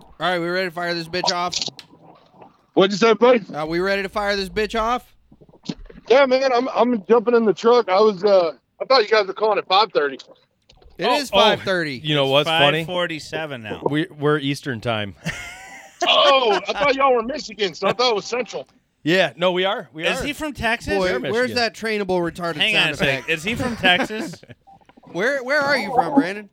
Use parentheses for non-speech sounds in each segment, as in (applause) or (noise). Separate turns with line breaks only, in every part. All right, we ready to fire this bitch off?
What'd you say, buddy?
Uh, we ready to fire this bitch off?
Yeah, man, I'm I'm jumping in the truck. I was uh I thought you guys were calling at five thirty.
It
Oh,
is
oh.
5:30.
You know what's funny?
547 now.
We, we're Eastern time.
Oh, (laughs) I thought y'all were Michigan, so I thought it was Central.
(laughs) yeah, no, we are. We
Is
are.
he from Texas?
Boy,
Michigan.
where's that trainable retarded
Hang on
sound
a
effect?
sec. Is he from Texas?
Where where are you from, Brandon?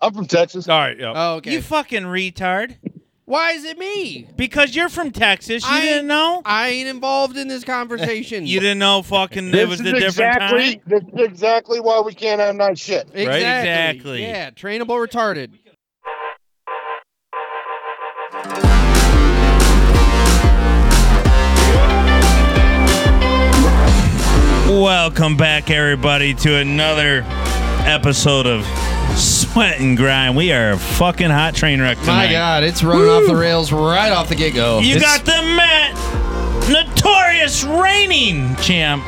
I'm from Texas.
All right. Yeah.
Oh, okay.
You fucking retard.
Why is it me?
Because you're from Texas. You
I-
didn't know?
I ain't involved in this conversation.
(laughs) You didn't know fucking
This
it was
is
the different
exactly
time?
this is exactly why we can't have nice shit.
Exactly.
Exactly.
Yeah, trainable retarded.
Welcome back, everybody, to another episode of Sweat and Grind. We are a fucking hot train wreck tonight.
My God, it's running off the rails right off the get go.
You got the Matt, notorious reigning champ,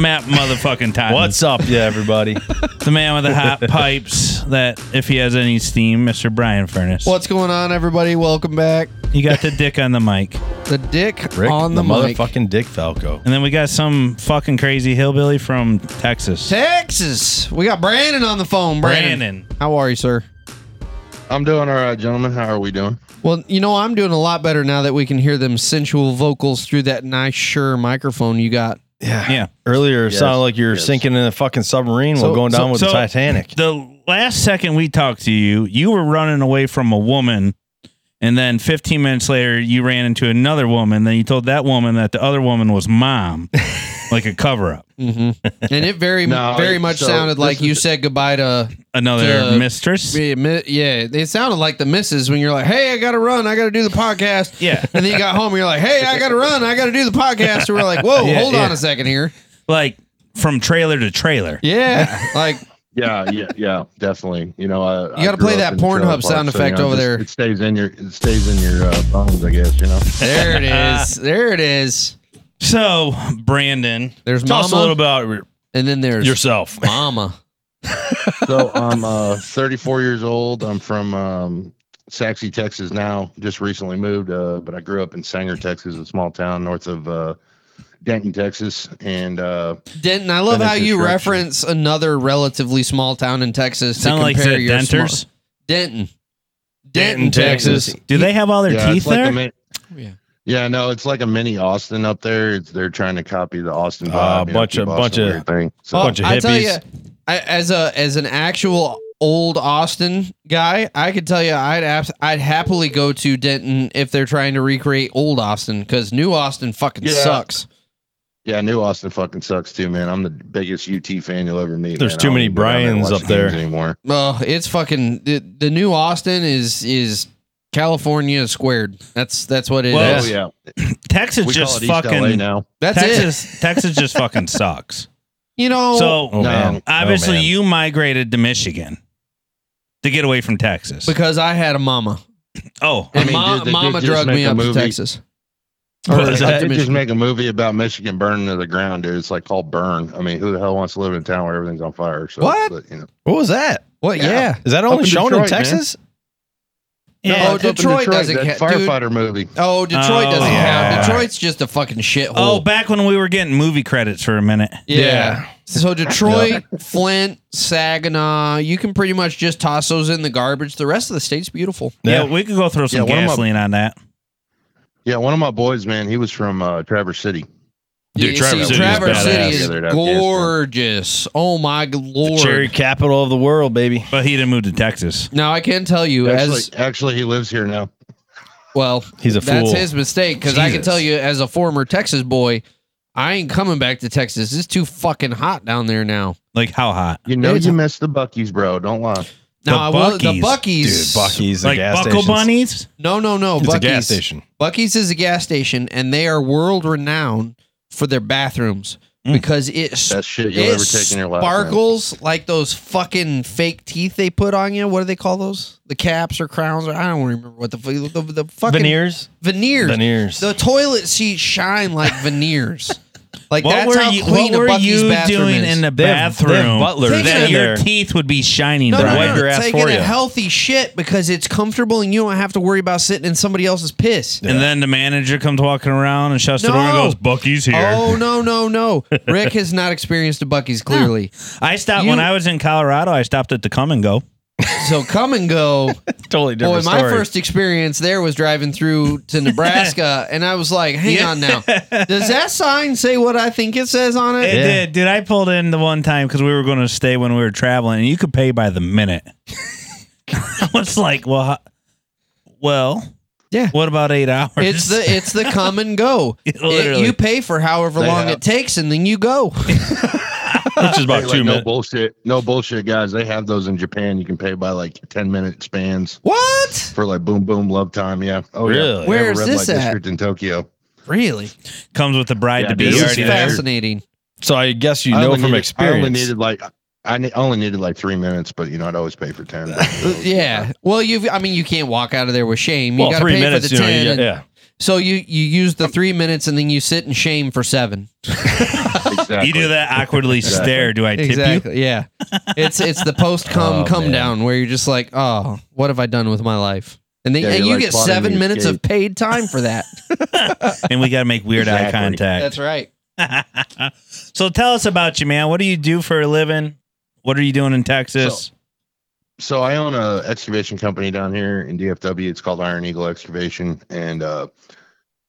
Matt motherfucking Todd.
What's up, yeah, everybody? (laughs)
the man with
(laughs)
the hot pipes? That if he has any steam, Mr. Brian Furnace.
What's going on, everybody? Welcome back.
You got the dick on the mic,
The dick
Rick,
on the, mic.
motherfucking Dick Falco.
and then we got some fucking crazy hillbilly from Texas.
Texas. We got Brandon on the phone. Brandon.
Brandon.
How are you, sir?
I'm doing all right, gentlemen. How are we doing?
Well, you know, I'm doing a lot better now that we can hear them sensual vocals through that nice sure microphone you got.
Yeah.
Yeah.
Earlier, it
Yes,
sounded like you're
yes.
sinking in a fucking submarine
So-
while going down
so-
with
so-
the Titanic.
The last second we talked to you, you were running away from a woman. And then 15 minutes later, you ran into another woman. Then you told that woman that the other woman
(laughs)
was mom, like a cover up.
hmm and it very,
(laughs) No,
very much
so
sounded like you said goodbye to.
Another
The-
mistress.
Yeah, mi- yeah, it sounded like the misses when you're like, "Hey, I gotta run. I gotta do the podcast." (laughs)
Yeah.
and then you got home. and You're like, "Hey, I gotta run. I gotta do the podcast." And we're like, "Whoa,
(laughs) Yeah,
hold on
yeah.
a second here."
like from trailer to trailer.
Yeah, like
Yeah, yeah, yeah, definitely. You know, I,
You gotta play that Pornhub sound effect over there.
It stays in your it stays in your uh, bones, I guess. You know.
there it is.
(laughs) Uh,
There it is.
So Brandon,
There's
Tell us a
mama,
little about
and then there's
yourself.
(laughs)
mama. (laughs)
so I'm uh, 34 years old. I'm from um, Saxe, Texas now. Just recently moved, uh, but I grew up in Sanger, Texas, a small town north of uh, Denton, Texas. And uh,
Denton, I love
Been in
how you
construction.
reference another relatively small town in Texas to
sound like
compare
the
your small-
denters.
Denton.
Denton, Texas.
Do they have all their
yeah,
teeth
it's like
there?
a mi-
Yeah.
yeah, no, it's like a mini Austin up there. It's, they're trying to copy the Austin
Uh,
vibe. you know,
bunch
keep
of-
Austin
bunch of-
weird thing. So
Well, bunch of
I tell you,
hippies.
I, as a as an actual old Austin guy, I could tell you I'd abs- I'd happily go to Denton if they're trying to recreate old Austin because new Austin fucking
Yeah.
sucks.
yeah, New Austin fucking sucks too, man. I'm the biggest UT fan you'll ever meet.
There's
man. I
too
don't
many
even go down and
Bryans
watch
up
the games
there.
anymore.
Oh, it's fucking the, the new Austin is is California squared. That's that's what it is.
Well,
Oh yeah,
Texas
we
just
call it East LA
fucking
now.
That's it.
Texas. (laughs) Texas just fucking
(laughs)
sucks.
You know,
So
Oh,
No.
man.
obviously
Oh, man.
you migrated to Michigan to get away from Texas.
because I had a mama,
oh,
I
and
mean,
ma-
did- did
mama
just
drug
make
me
a
up to
movie-
Texas.
What
Or
is
up
that?
to
They just
Michigan.
make a movie about Michigan burning to the ground, dude. It's like called Burn. I mean, who the hell wants to live in a town where everything's on fire? So,
What?
But, you know.
(laughs) What was that?
What?
Yeah.
Yeah.
Is that only
in
shown in
Detroit, man.
Texas?
yeah.
Oh,
It's up in
Detroit doesn't
that
ca- dude.
firefighter movie.
Oh, Detroit
Oh,
doesn't
yeah.
count. Detroit's just a fucking shithole.
Oh, back when we were getting movie credits for a minute.
yeah.
yeah.
So Detroit, Flint, Saginaw, you can pretty much just toss those in the garbage. The rest of the state's beautiful.
Yeah,
Yeah.
we could go throw
Yeah,
some
one of my-
gasoline on that.
Yeah, one of my boys, man, he was from uh, Traverse City.
Dude,
You
Traverse City is
Traverse
badass.
City is
Yeah, they're not
gorgeous. Oh my lord!
Cherry capital of the world, baby.
But he didn't move to Texas.
Now I can tell you
Actually,
as
actually, he lives here now.
well.
He's a
That's
fool.
his mistake because I can
Jesus.
tell you as a former Texas boy, I ain't coming back to Texas. It's too fucking hot down there now.
Like how hot?
You know,
It's-
you missed the Buckies, bro. Don't lie.
No,
The
I will. The Buckies,
Buc-ee's,
Dude, Bucky's the
like
gas
buckle
stations.
bunnies?
No, no, no.
It's
Bucky's
a gas station.
Bucky's is a gas station, and they are world renowned for their bathrooms
Mm.
because it s-
Best shit you'll
it
ever take in your life. man.
sparkles like those fucking fake teeth they put on you. What do they call those? The caps or crowns? Or, I don't remember what the fu- the, the fucking
Veneers.
veneers.
Veneers.
(laughs)
The toilet seats shine like veneers. Like
What
that's
were
how
you,
clean
what
a
were
Bucky's
you
bathroom
doing
is.
in the
They have- they
bathroom?
have butlers
that
in
your
there.
teeth would be shining.
No,
bright.
no,
wipe
no.
your ass
Taking
for
a
you.
healthy shit because it's comfortable and you don't have to worry about sitting in somebody else's piss.
And then the manager comes walking around and shuts the
No.
door and goes, "Bucky's here."
Oh
No, no,
(laughs)
no. Rick has not experienced a Bucky's clearly.
I stopped when
You-
I was in Colorado. I stopped at the Come and Go.
So come and
(laughs)
go.
Totally
Boy,
different
my
story.
first experience there was driving through to
(laughs)
Nebraska, and I was like, "Hang
Yeah.
on now, does that sign say what I think it says on it?"
It
Yeah.
did, dude. I pulled in the one time because we were going to stay when we were traveling, and you could pay by the minute. (laughs) I was like, well, how- well,
Yeah.
What about eight hours?
It's the
(laughs)
it's the come and go. It-
Literally.
you pay for however long
have-
it takes, and then you go. (laughs)
which is about (laughs)
Hey,
two
like, no
minutes.
bullshit. No bullshit, guys. They have those in Japan. You can pay by like ten minute spans
What?
for like boom boom love time. Yeah. Oh yeah.
Really?
They have a
Where's
red
this
light
at?
district in Tokyo.
Really?
comes with the bride
Yeah,
to be
dude,
This is
already there.
fascinating.
So I guess you
I
know
only
from
needed- I only
experience.
needed like I ne- only needed like three minutes, but uh, you know I'd always pay for
(laughs)
ten.
Yeah. Well, you've. I mean, you can't walk out of there with shame. You
well,
got to
three
pay
minutes.
for the
you know,
ten.
you
and-
get, yeah.
So you you use the three minutes, and then you sit in shame for seven.
exactly.
You do that awkwardly
Exactly.
stare. Do I tip you?
Exactly. Yeah. It's it's the post come
Oh,
come
man.
down where you're just like, oh, what have I done with my life? And then
Yeah,
and
you're
you
like
get
plotting
seven
the
minutes of paid time for that.
And we got to make weird eye
Exactly.
contact.
That's right.
(laughs) so tell us about you, man. What do you do for a living? What are you doing in Texas?
so I own a excavation company down here in DFW. It's called Iron Eagle Excavation, and uh,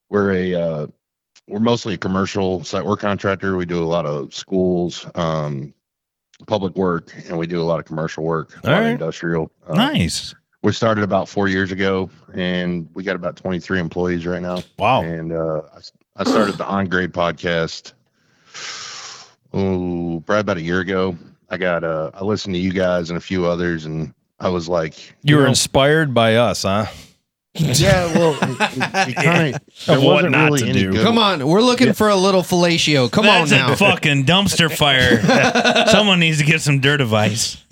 we're a uh, we're mostly a commercial site work contractor. We do a lot of schools, um, public work, and we do a lot of commercial work, a
All
lot of
right.
industrial. Um,
nice.
We started about four years ago, and we got about twenty three employees right now.
Wow.
And uh, I s- I started the On Grade podcast. Oh, probably about a year ago. I got uh, I listened to you guys and a few others, and I was like,
You were
know,
inspired by us, huh?
(laughs) yeah. Well, it, it kind of
Of what not to do.
Come on, we're looking for a little fellatio. Come
That's
on now.
a fucking dumpster fire. (laughs) Someone needs to get some dirt advice.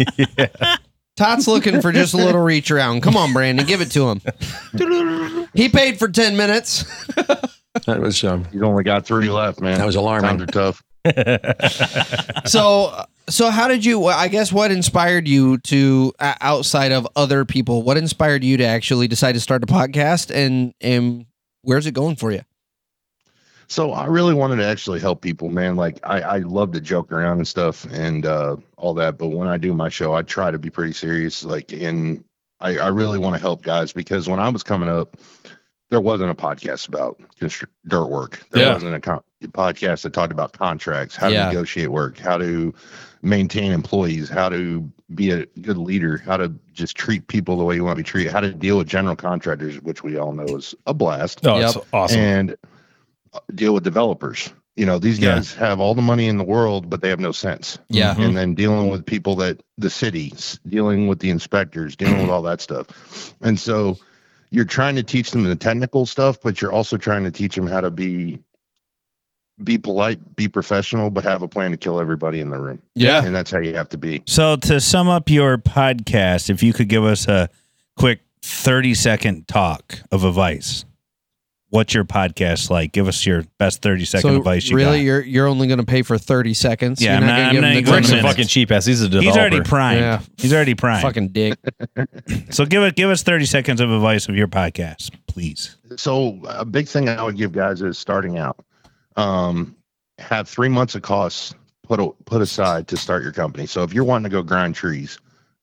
Todd's looking for just a little reach around. Come on, Brandon, give it to him. he paid for ten minutes.
That was um,
He's only got three left, man.
that was
Times are
alarming.
tough.
So so how did you? I guess what inspired you to uh, outside of other people? What inspired you to actually decide to start a podcast? And and where's it going for you?
So I really wanted to actually help people, man. Like I, I love to joke around and stuff and uh, all that, but when I do my show, I try to be pretty serious. Like, and I, I really want to help guys because when I was coming up, there wasn't a podcast about constr- dirt work. There
Yeah.
wasn't a con- podcast that talked about contracts, how
Yeah.
to negotiate work, how to maintain employees, how to be a good leader, how to just treat people the way you want to be treated, how to deal with general contractors, which we all know is a blast
Oh, it's awesome.
and uh, deal with developers. You know, these
Yeah.
guys have all the money in the world, but they have no sense.
Yeah.
Mhm.
And then dealing with people that the cities, dealing with the inspectors, dealing
(clears throat)
with all that stuff. And so you're trying to teach them the technical stuff, but you're also trying to teach them how to be be polite, be professional, but have a plan to kill everybody in the room.
Yeah.
And that's how you have to be.
So to sum up your podcast, if you could give us a quick 30 second talk of advice, what's your podcast like? Give us your best 30 second advice you
really,
got.
you're you're only going to pay for thirty seconds.
Yeah,
you're
I'm not-
gonna
I'm
give
not
him
Rick's
the
even
a
ten minutes.
fucking cheap ass. He's a developer.
He's already primed.
Yeah.
He's already primed.
fucking dick.
So give it give us 30 seconds of advice of your podcast, please.
so a big thing I would give guys is starting out. Um, have three months of costs put a, put aside to start your company. So if you're wanting to go grind trees,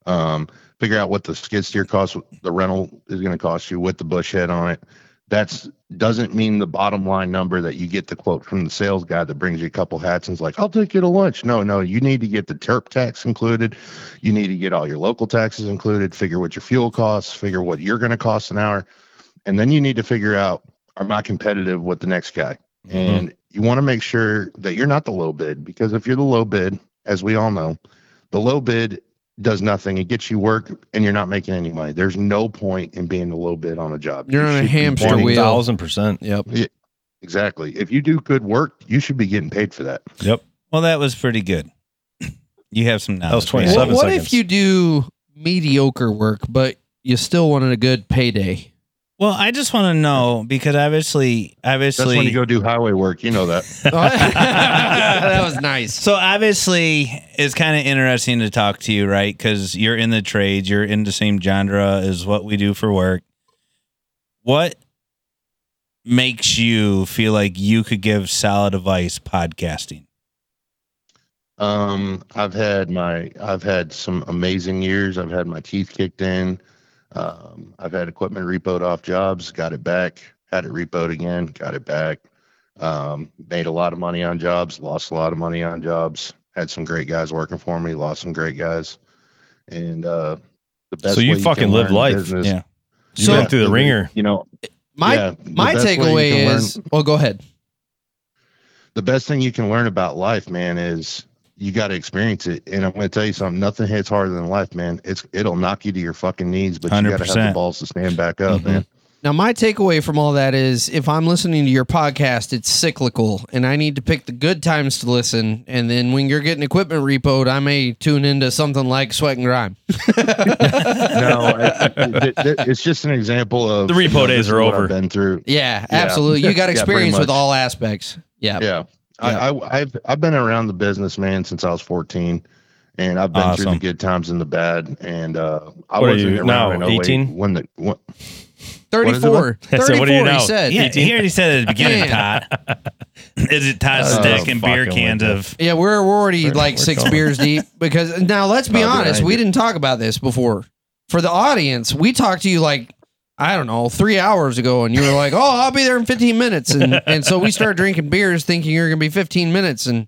um, figure out what the skid steer costs, what the rental is going to cost you with the bush head on it. That's doesn't mean the bottom line number that you get the quote from the sales guy that brings you a couple hats and's like, I'll take you to lunch. No, no, you need to get the terp tax included. You need to get all your local taxes included. Figure what your fuel costs. Figure what you're going to cost an hour and then you need to figure out am i competitive with the next guy
Mm-hmm.
and you want to make sure that you're not the low bid because if you're the low bid as we all know the low bid does nothing it gets you work and you're not making any money there's no point in being the low bid on a job
You're
You
on a
should be
hamster
wanting-
wheel.
thousand percent.
Yep.
exactly if you do good work you should be getting paid for that
Well, that was pretty good. You have some knowledge.
was 27.
What, what
seconds.
if you do mediocre work, but you still wanted a good payday?
Well, I just want to know because obviously,
That's
obviously,
when you go do highway work. You know that.
(laughs)
(laughs) that (laughs) was nice.
So obviously, it's kind of interesting to talk to you, right? Because you're in the trades, you're in the same genre as what we do for work. What makes you feel like you could give solid advice
(laughs)
podcasting?
Um, I've had my I've had some amazing years. I've had my teeth kicked in. Um, I've had equipment repoed off jobs, got it back, had it repoed again, got it back. Um, made a lot of money on jobs, lost a lot of money on jobs. Had some great guys working for me, lost some great guys, and uh, the
So you
way can
fucking live
learn in
life,
business-
yeah.
You
So-
went through the ringer.
You know,
My
yeah, the
my
best way you
takeaway
can learn-
is well, go ahead.
the best thing you can learn about life, man, is you got to experience it. And I'm going to tell you something: nothing hits harder than life, man. It's it'll knock you to your fucking knees, but you got to have
100%.
the balls to stand back up,
Mm-hmm.
man.
Now, my takeaway from all that is if I'm listening to your podcast, it's cyclical, and I need to pick the good times to listen. And then when you're getting equipment repoed, I may tune into something like Sweat and
(laughs)
Grime.
(laughs) No, (laughs) it- it- it- it's just an example of
The repo
you know,
days
this is
are
what
over.
I've been through.
Yeah,
Yeah.
absolutely. You got
(laughs) Yeah, pretty
experience with
much.
all aspects. Yeah.
Yeah. I, I, I've I've been around the business, man, since I was 14, and I've been through
Awesome.
the good times and the bad. And uh, I
What are
wasn't
you
around
now,
in 08
18?
when the when,
(laughs) 34.
I
34,
said, what do you know?
he said.
Yeah, he already said at
(laughs)
the beginning, Todd.
(laughs)
Is it Todd's
Oh,
dick and beer
fucking
cans
winter.
of?
Yeah, we're we're already like
we're
six
going.
beers deep
(laughs)
because now let's be
Oh, dude, I
honest,
ain't
we
good.
didn't talk about this before. For the audience, we talked to you like I don't know, three hours ago, and you were like, "Oh, I'll be there in 15 minutes,"
(laughs)
and and so we started drinking beers, thinking you're gonna be 15 minutes, and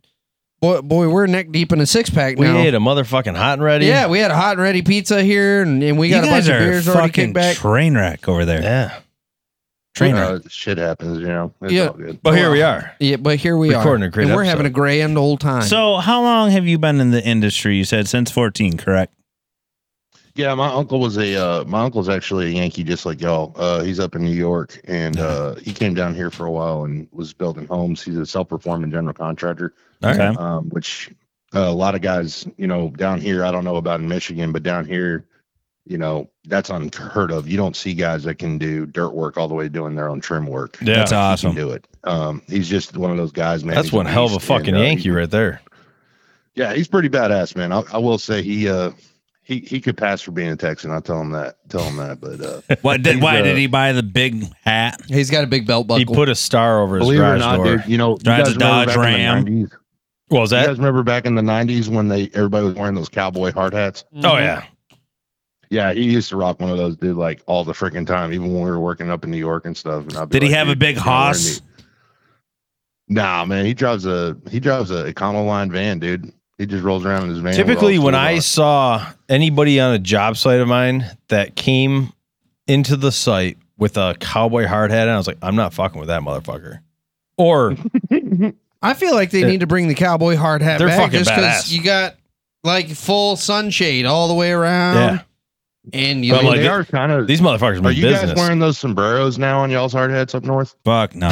boy, boy, we're neck deep in a six pack
We
now.
ate a motherfucking hot and ready.
yeah, we had a hot and ready pizza here, and, and we
You
got a bunch
guys
of
are a
beers already kicked
fucking
back.
train wreck over there.
Yeah.
Train wreck.
uh, shit happens, you know. It's
Yeah.
all good.
But here we are.
yeah, but here we
Recording
are,
a great
and we're
episode.
having a grand old time.
So, how long have you been in the industry? You said since 14, correct?
Yeah, my uncle was a uh, my uncle's actually a Yankee, just like y'all. Uh, he's up in New York, and uh, he came down here for a while and was building homes. He's a self-performing general contractor,
All right.
Okay.
um, which uh, a lot of guys, you know, down here. I don't know about in Michigan, but down here, you know, that's unheard of. You don't see guys that can do dirt work all the way to doing their own trim work.
Yeah.
That's awesome.
He can do it. Um, he's just one of those guys, man.
That's
He's a
one hell of a
beast, and,
fucking
uh,
Yankee
he's-
right there.
yeah, he's pretty badass, man. I, I will say he uh he he could pass for being a Texan. I'll tell him that. Tell him that. But uh,
What did,
He's,
why
uh,
did he buy the big hat?
he's got a big belt buckle.
He put a star over his
believe it or
garage
not,
door.
dude, you know, you
Drives a
guys remember
Dodge
back in the
Ram.
90s? You
What was that?
guys remember back in the '90s when they everybody was wearing those cowboy hard hats?
Oh yeah.
Yeah, he used to rock one of those, dude, like all the freaking time, even when we were working up in New York and stuff. And I'd be
Did he
like,
have a
dude,
big
you know, we're in
hoss?
the- Nah, man, he drives a he drives a Econoline van, dude. He just rolls around in his van. with all
Typically,
his
when
tools on
I
it.
saw anybody on a job site of mine that came into the site with a cowboy hard hat, on, I was like, I'm not fucking with that motherfucker. Or
I feel like they
Yeah.
need to bring the cowboy hard hat
They're
back
fucking
just
badass.
you got like full sunshade all the way around. And you
But,
They
like,
are kind of
these motherfuckers
Are
mean
you
business.
guys wearing those sombreros now on y'all's hard hats up north?
Fuck no.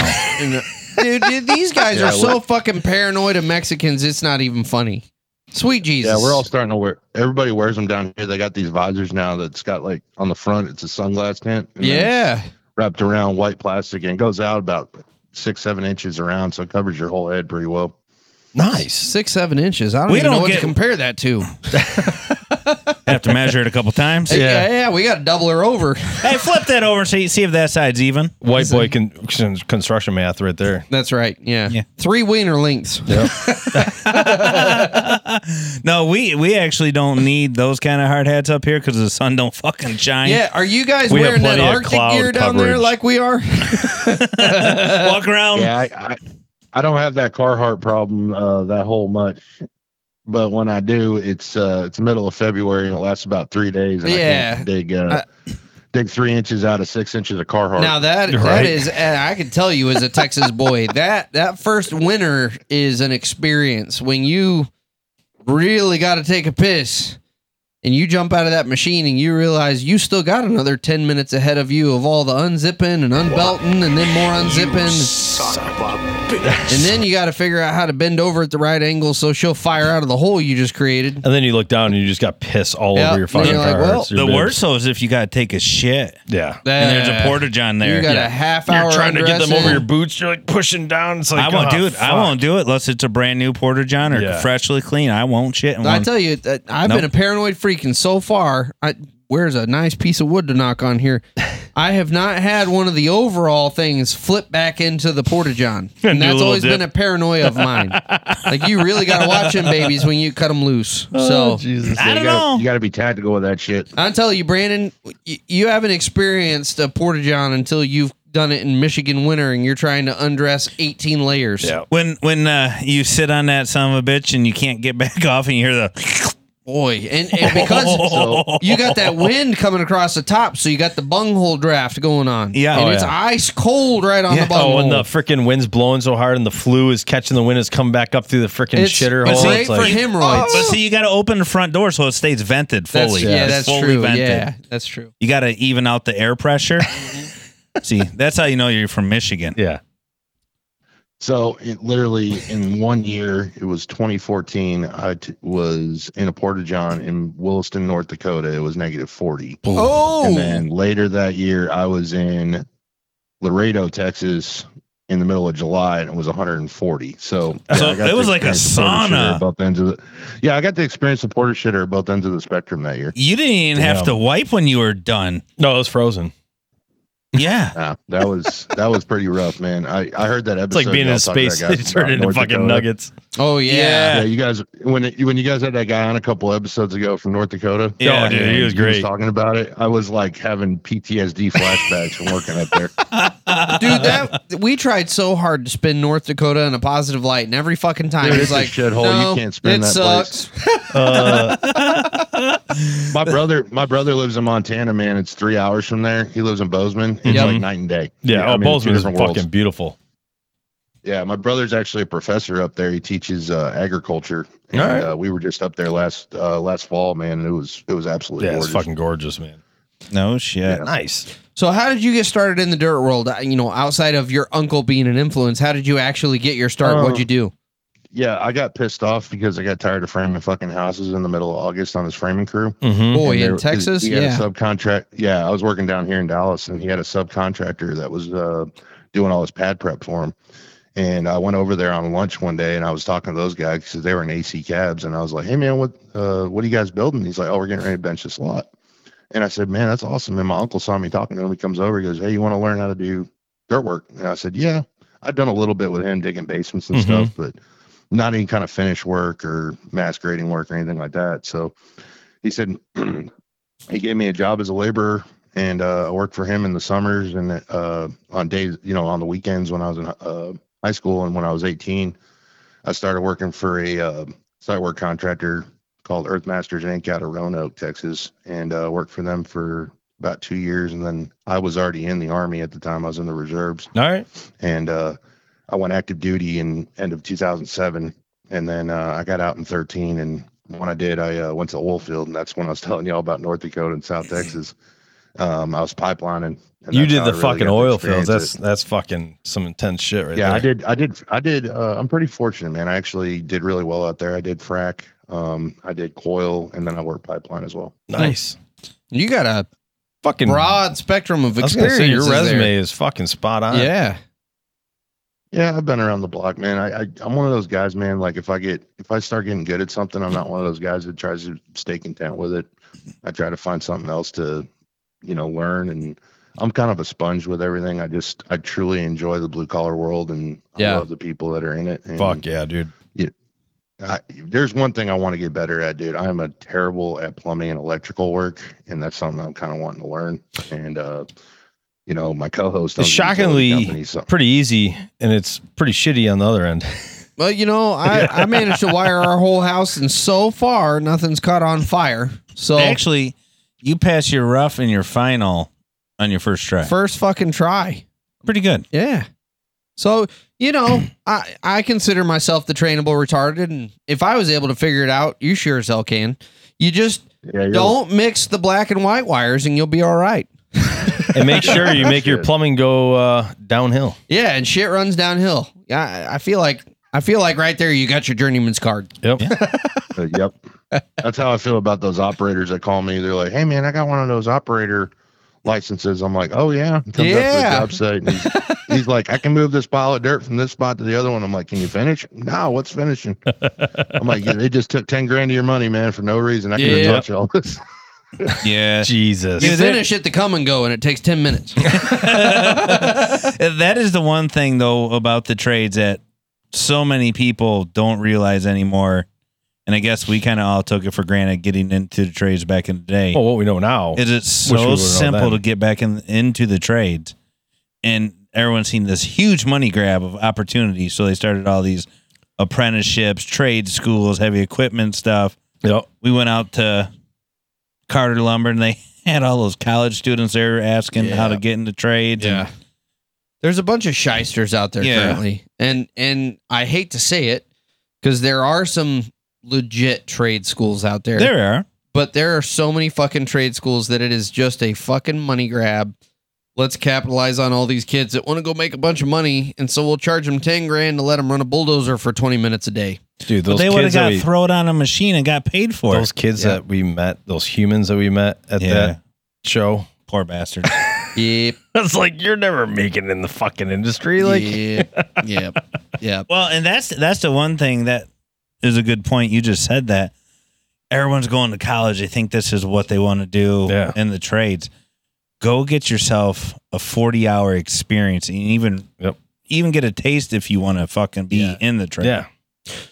dude, dude,
(laughs)
these guys
Yeah,
are so
we're-
fucking paranoid of Mexicans, it's not even funny. Sweet Jesus.
Yeah, we're all starting to wear. Everybody wears them down here. They got these visors now that's got like on the front, it's a sunglass tent. and then
Yeah.
wrapped around white plastic and goes out about six, seven inches around, so it covers your whole head pretty well.
nice.
Six, seven inches. I don't
We
even know
don't
what to
get-
compare that to.
Have to measure it a couple times.
Yeah, yeah, we gotta double her over. (laughs)
Hey, flip that over so you see if that side's even.
White boy con- con- construction math right there.
That's right. Yeah.
Yeah.
Three wiener lengths.
No, we we actually don't need those kind of hard hats up here because the sun don't fucking shine.
(laughs) Yeah. Are you guys
We have
wearing that
plenty of
Arctic
cloud
gear down there
coverage.
like we are? (laughs)
(laughs) Walk around.
Yeah, I, I, I don't have that Carhartt problem uh, that whole much, but when I do, it's uh, it's middle of February and it lasts about three days. And I
Yeah.
can't dig uh, dig three inches out of six inches of Carhartt.
Now that that
Right.
is, and I can tell you as a Texas
(laughs)
boy, that that first winter is an experience when you really got to take a piss and you jump out of that machine and you realize you still got another 10 minutes ahead of you of all the unzipping and unbelting and then more unzipping. And then you got to figure out how to bend over at the right angle so she'll fire out of the hole you just created.
And then you look down and you just got piss all
Yeah,
over your
and you're
fucking
like,
car.
well,
It's your
The
bibs.
worst though is if you gotta take a shit
Yeah.
and there's a porta john there.
You got a half hour.
You're trying to get them
undress
over
in.
your boots. You're like pushing down. It's like
I won't
"Ah,
do it. I
fuck."
won't do it unless it's a brand new porta john or
Yeah.
freshly clean. I won't shit. in
I
one.
tell you, that I've
Nope.
been a paranoid freak, and so far, I where's a nice piece of wood to knock on
(laughs)
here. I have not had one of the overall things flip back into the porta john, and
Do (laughs) a
that's
little
always
dip.
been a paranoia of
(laughs)
mine. like you really got to watch them babies when you cut them loose.
Oh,
So
Jesus,
I
you
don't
gotta,
know.
You got to be tactical with that shit.
(laughs) I'm telling you, Brandon, you, you haven't experienced a porta john until you've done it in Michigan winter, and you're trying to undress 18 layers.
Yeah.
when when uh, you sit on that son of a bitch and you can't get (laughs) back off and you hear the
Boy, and, and
(laughs)
because you got that wind coming across the top, so you got the bunghole draft going on.
Yeah.
and
Oh,
it's
yeah.
ice cold right on the
Oh,
bunghole.
when the freaking wind's blowing so hard and the flu is catching the wind, it's coming back up through the freaking
It's-
shitter
it's
hole.
great
It's
for
like,
hemorrhoids.
But see, you got to open the front door so it stays vented
that's,
fully.
yeah,
It's
that's
fully
true.
vented.
Yeah, that's true.
You got to even out the
(laughs)
air pressure. see, that's how you know you're from Michigan.
yeah.
So it literally in one year, it was 2014. I t- was in a porta john in Williston, North Dakota. It was negative 40. And
Oh,
then later that year, I was in Laredo, Texas, in the middle of July, and it was 140. So,
So
I got
it
to
was like a
experience the porta
sauna.
shitter at Both ends of the, yeah, I got to experience the porter shitter at both ends of the spectrum that year.
You didn't even have
Damn.
to wipe when you were done.
No, it was frozen.
(laughs)
Yeah.
Yeah, that was that was pretty rough, man. I, I heard that
It's
episode.
like being
y'all
in
talked to that
space. (laughs)
guy
It
from
turned into
North
fucking
Dakota.
nuggets.
oh yeah.
Yeah.
Yeah, you guys when it, when you guys had that guy on a couple episodes ago from North Dakota.
Yeah,
oh, dude, he
and
was great.
talking about it. I was like having PTSD flashbacks from working up there.
dude. That we tried so hard to spin North Dakota in a positive light, and every fucking time
Dude,
it's
it's a
like,
shithole.
No,
You can't spin
it
that
sucks.
(laughs) Uh,
My brother, my brother lives in Montana, man. It's three hours from there. He lives in Bozeman. It's
Yep.
like night and day.
yeah.
I
oh,
mean, two
Bozeman is
different
fucking
worlds.
beautiful.
Yeah, my brother's actually a professor up there. He teaches uh, agriculture, and
All right.
uh, we were just up there last uh, last fall, man. And it was it was absolutely
Yeah, it's
gorgeous.
fucking gorgeous, man.
No shit.
Nice.
So, how did you get started in the dirt world? Uh, You know, outside of your uncle being an influence, how did you actually get your start?
Uh,
What'd you do?
yeah, I got pissed off because I got tired of framing fucking houses in the middle of August on his framing crew.
Mm-hmm.
Boy,
And there-
in
'cause
Texas,
he had
yeah.
a subcontract. Yeah, I was working down here in Dallas, and he had a subcontractor that was uh, doing all his pad prep for him. And I went over there on lunch one day, and I was talking to those guys because they were in AC cabs, and I was like, "Hey man, what uh, what are you guys building?" He's like, "Oh, we're getting ready to bench this lot." And I said, "Man, that's awesome." And my uncle saw me talking to him. He comes over, he goes, "Hey, you want to learn how to do dirt work?" And I said, "Yeah, I've done a little bit with him digging basements and
Mhm.
stuff, but not any kind of finish work or mass grading work or anything like that." So he said (clears throat) he gave me a job as a laborer and uh, I worked for him in the summers and uh, on days, you know, on the weekends when I was in uh, high school and when I was 18, I started working for a uh, site work contractor called Earth Masters Inc. out of Roanoke, Texas, and uh, worked for them for about two years. And then I was already in the army at the time. I was in the reserves
All right.
and uh, I went active duty in end of 2007, and then uh, I got out in 13. And when I did, I uh, went to oil field, and that's when I was (laughs) telling y'all about North Dakota and South Texas. Um, I was pipelining. and
you
that's
did
how
the
I really
fucking
got to
oil
experience
fields. That's
it.
that's fucking some intense shit right
yeah. I
there.
did. I did. I did. Uh, I'm pretty fortunate, man. I actually did really well out there. I did frack. Um, I did coil, and then I worked pipeline as well.
Nice.
You got a
Fucking
broad spectrum of
I was gonna
experience.
say your resume is fucking spot on.
Yeah.
Yeah, I've been around the block, man. I, I I'm one of those guys, man. Like if I get if I start getting good at something, I'm not one of those guys that tries to stay content with it. I try to find something else to, you know, learn and I'm kind of a sponge with everything. I just I truly enjoy the blue collar world and
Yeah.
I love the people that are in it. And
Fuck yeah, dude.
I, there's one thing I want to get better at, dude. I'm a terrible at plumbing and electrical work, and that's something I'm kind of wanting to learn. And uh, you know, my co-host owns a utility
Shockingly-
company, so
Pretty easy, and it's pretty shitty on the other
(laughs)
end.
Well, you know,
(laughs)
I, I managed to wire our whole house, and so far, nothing's caught on fire. So,
Actually, you pass your rough and your final on your first try.
first fucking try.
Pretty good.
Yeah. So, you
(clears throat)
know, I, I consider myself the trainable retarded, and if I was able to figure it out, you sure as hell can. You just
yeah, you're-
don't mix the black and white wires, and you'll be all right.
and make sure you make your
Shit.
plumbing go uh, downhill.
Yeah, and shit runs downhill. Yeah, I- I feel like I feel like right there you got your journeyman's card.
Yep.
(laughs) Uh,
(laughs)
yep. That's how I feel about those operators that call me. They're like, "Hey, man, I got one of those operator licenses." I'm like, "Oh yeah." Comes up to the
Yeah.
job site and he's, he's like, "I can move this pile of dirt from this spot to the other one." I'm like, "Can you finish?" No, what's finishing? I'm like, yeah, "They just took ten grand of your money, man, for no reason. I can
Yeah.
not touch all this."
Yeah.
Jesus.
You
Yeah, that-
finish at the come and go, and it takes ten
(laughs)
minutes.
(laughs) that is the one thing though about the trades that so many people don't realize anymore. And I guess we kind of all took it for granted getting into the trades back in the day.
Well, what we know now.
is it's
Oh, Wish we
so
would've known
simple
then.
to get back in, into the trades. And everyone's seen this huge money grab of opportunity. So they started all these apprenticeships, trade schools, heavy equipment stuff.
Yep.
We went out to Carter Lumber and they (laughs) had all those college students there asking how to get into trades. and-
There's a bunch of shysters out there
Yeah.
currently, and and I hate to say it because there are some legit trade schools out there,
there are.
but there are so many fucking trade schools that it is just a fucking money grab. Let's capitalize on all these kids that want to go make a bunch of money, and so we'll charge them ten grand to let them run a bulldozer for twenty minutes a day.
Dude,
But
those
they would have
kids, that
got
we,
thrown on a machine and got paid for
those
it.
kids
Yeah.
that we met, those humans that we met at
Yeah.
that show.
Poor bastards.
Yep,
(laughs) It's like you're never making it in the fucking industry. Like
yep, yep, yep.
(laughs) Well, and that's that's the one thing that is a good point. You just said that everyone's going to college. They think this is what they want to do
Yeah.
in the trades. Go get yourself a forty hour experience and even
Yep.
even get a taste if you want to fucking be
Yeah.
in the trade
Yeah.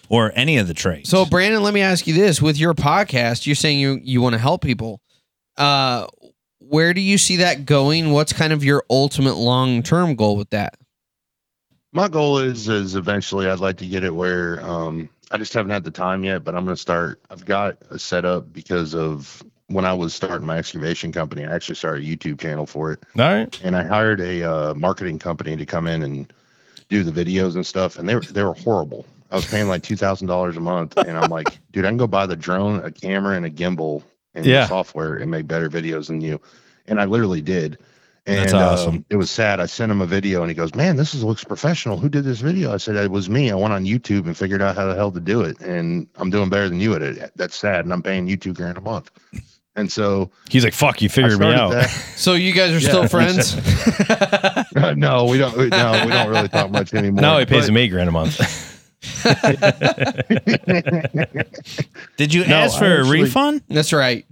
or any of the trades.
So Brandon, let me ask you this: with your podcast, you're saying you you want to help people. Uh, where do you see that going? What's kind of your ultimate long term goal with that?
My goal is is eventually I'd like to get it where um I just haven't had the time yet, but I'm gonna start. I've got a setup because of when I was starting my excavation company. I actually started a YouTube channel for it.
All right.
and I hired a uh, marketing company to come in and do the videos and stuff, and they were they were horrible. I was paying like two thousand dollars a month, and I'm like, (laughs) dude, I can go buy the drone, a camera, and a gimbal and
Yeah.
the software and make better videos than you. And I literally did. And
That's awesome.
um, it was sad. I sent him a video, and he goes, "Man, this is, looks professional. Who did this video?" I said, "It was me. I went on YouTube and figured out how the hell to do it, and I'm doing better than you at it. That's sad, and I'm paying you two grand a month." And so
He's like, fuck, you
I
figured me
started
out.
that.
So you guys are still friends?
Uh, no, we don't. No, we don't really talk much anymore.
Now he pays
But-
him eight grand a
(laughs)
month.
Did you
No,
ask for
I
a
actually-
refund?
That's right.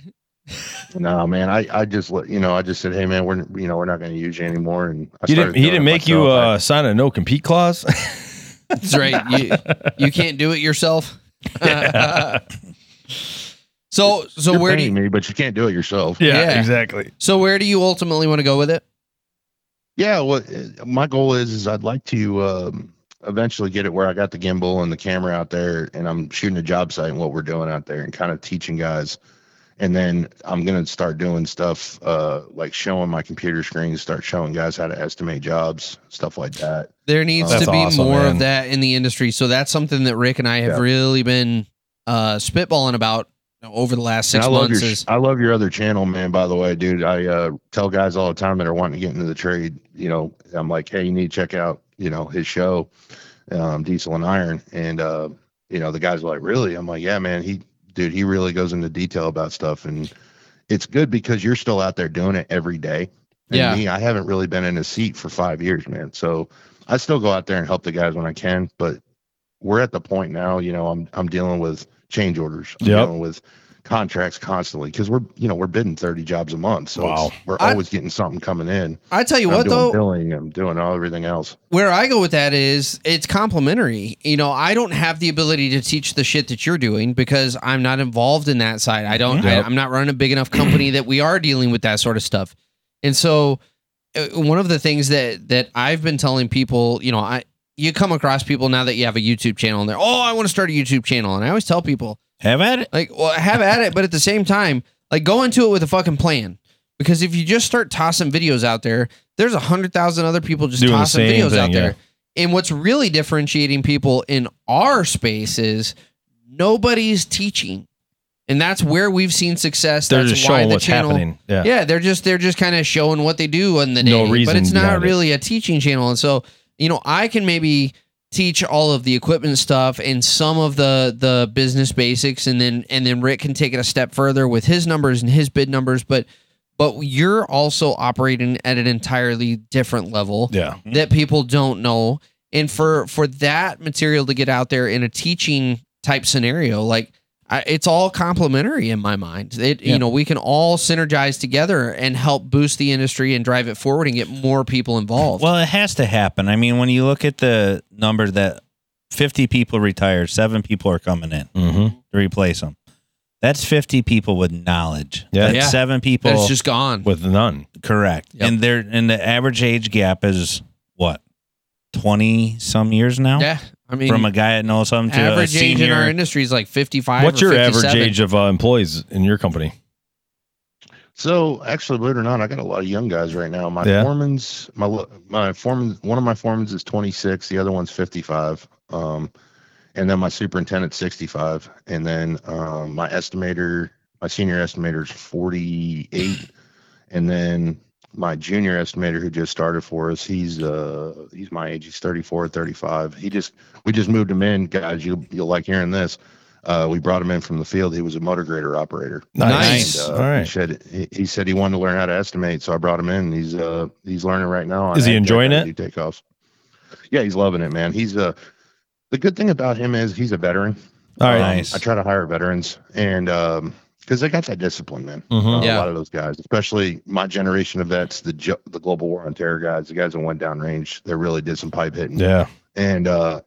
No, man, I, I just let you know. I just said, hey, man, we're you know we're not going to use you anymore. And I
He
started
didn't. He
doing
didn't
it
make you
myself.
uh, sign a no compete (laughs) clause.
That's right. You you can't do it yourself. (laughs) so
I,
so
you're
where do
paying
you,
me, but you can't do it yourself. Yeah,
Yeah.
exactly.
so where do you ultimately want to go with it?
well, uh, my goal is is I'd like to um, eventually get it where I got the gimbal and the camera out there, and I'm shooting a job site and what we're doing out there, and kind of teaching guys. And then I'm gonna start doing stuff uh, like showing my computer screens, start showing guys how to estimate jobs, stuff like that.
There needs
That's
to be
awesome,
more
man.
of that in the industry. So that's something that Rick and I have
Yeah.
really been uh, spitballing about over the last
And
six
I love
months.
your
is,
I love your other channel, man. By the way, dude, I uh, tell guys all the time that are wanting to get into the trade. You know, I'm like, hey, you need to check out, you know, his show, um, Diesel and Iron, and uh, you know, the guys are like, really? I'm like, yeah, man. He, dude, he really goes into detail about stuff, and it's good because you're still out there doing it every day. And
Yeah.
me, I haven't really been in a seat for five years, man. So I still go out there and help the guys when I can, but we're at the point now, you know, I'm I'm dealing with change orders. I'm
Yep.
dealing with contracts constantly because we're you know we're bidding 30 jobs a month so
Wow.
it's- we're
I-
always getting something coming in
I tell you
i'm
what,
doing
though,
billing i'm doing all everything else
where I go with that is it's complimentary. You know, I don't have the ability to teach the shit that you're doing because I'm not involved in that side. I don't. I,
Yep.
I'm not running a big enough company that we are dealing with that sort of stuff. And so, uh, one of the things that that I've been telling people, you know, I you come across people now that you have a YouTube channel and they're, oh, I want to start a YouTube channel, and I always tell people,
Have at it.
like, well, have at it, but at the same time, like, go into it with a fucking plan. Because if you just start tossing videos out there, there's a hundred thousand other people just
Doing the
tossing
same
videos
thing,
out
yeah.
there. And what's really differentiating people in our space is nobody's teaching. and that's where we've seen success.
They're
that's
just
why
showing
the
what's
channel,
happening. Yeah.
Yeah, they're just they're just kind of showing what they do on the day,
No reason
but it's not
behind it.
really a teaching channel. And so you know, I can maybe teach all of the equipment stuff and some of the the business basics, and then and then Rick can take it a step further with his numbers and his bid numbers, but. But you're also operating at an entirely different level
Yeah.
that people don't know and for for that material to get out there in a teaching type scenario like I, it's all complementary in my mind it you know we can all synergize together and help boost the industry and drive it forward and get more people involved
Well, it has to happen. I mean, when you look at the number that 50 people retire, seven people are coming in
Mm-hmm.
to replace them. That's 50 people with knowledge.
Yeah.
That's
Yeah.
seven people.
it's just gone
With none.
correct.
Yep.
And they're and the average age gap is what? 20 some years now?
yeah i mean
From a guy that knows something to a
average age in our
senior.
industry is like 55
What's
or
your average
57.
age of uh, employees in your company?
So actually, believe it or not, I got a lot of young guys right now. My
Yeah.
foreman's my lo- my foreman. One of my foremans is 26. The other one's 55. Um, and then my superintendent's 65. And then um, my estimator, my senior estimator is 48. And then my junior estimator who just started for us, he's uh he's my age. He's 34, 35. He just we just moved him in, guys. You you'll like hearing this. Uh, we brought him in from the field. He was a motor grader operator.
Nice.
And, uh,
All right.
He said he, he said he wanted to learn how to estimate, so I brought him in. and He's uh he's learning right now. on
Is he
how to
enjoying
how
it?
to do Takeoffs. Yeah, he's loving it, man. He's uh the good thing about him is he's a veteran.
All right.
Um,
Nice.
I try to hire veterans, and um because they got that discipline, man.
Mhm.
Uh,
Yeah.
A lot of those guys, especially my generation of vets, the jo- the global war on terror guys, the guys that went down range, they really did some pipe hitting
Yeah.
and uh,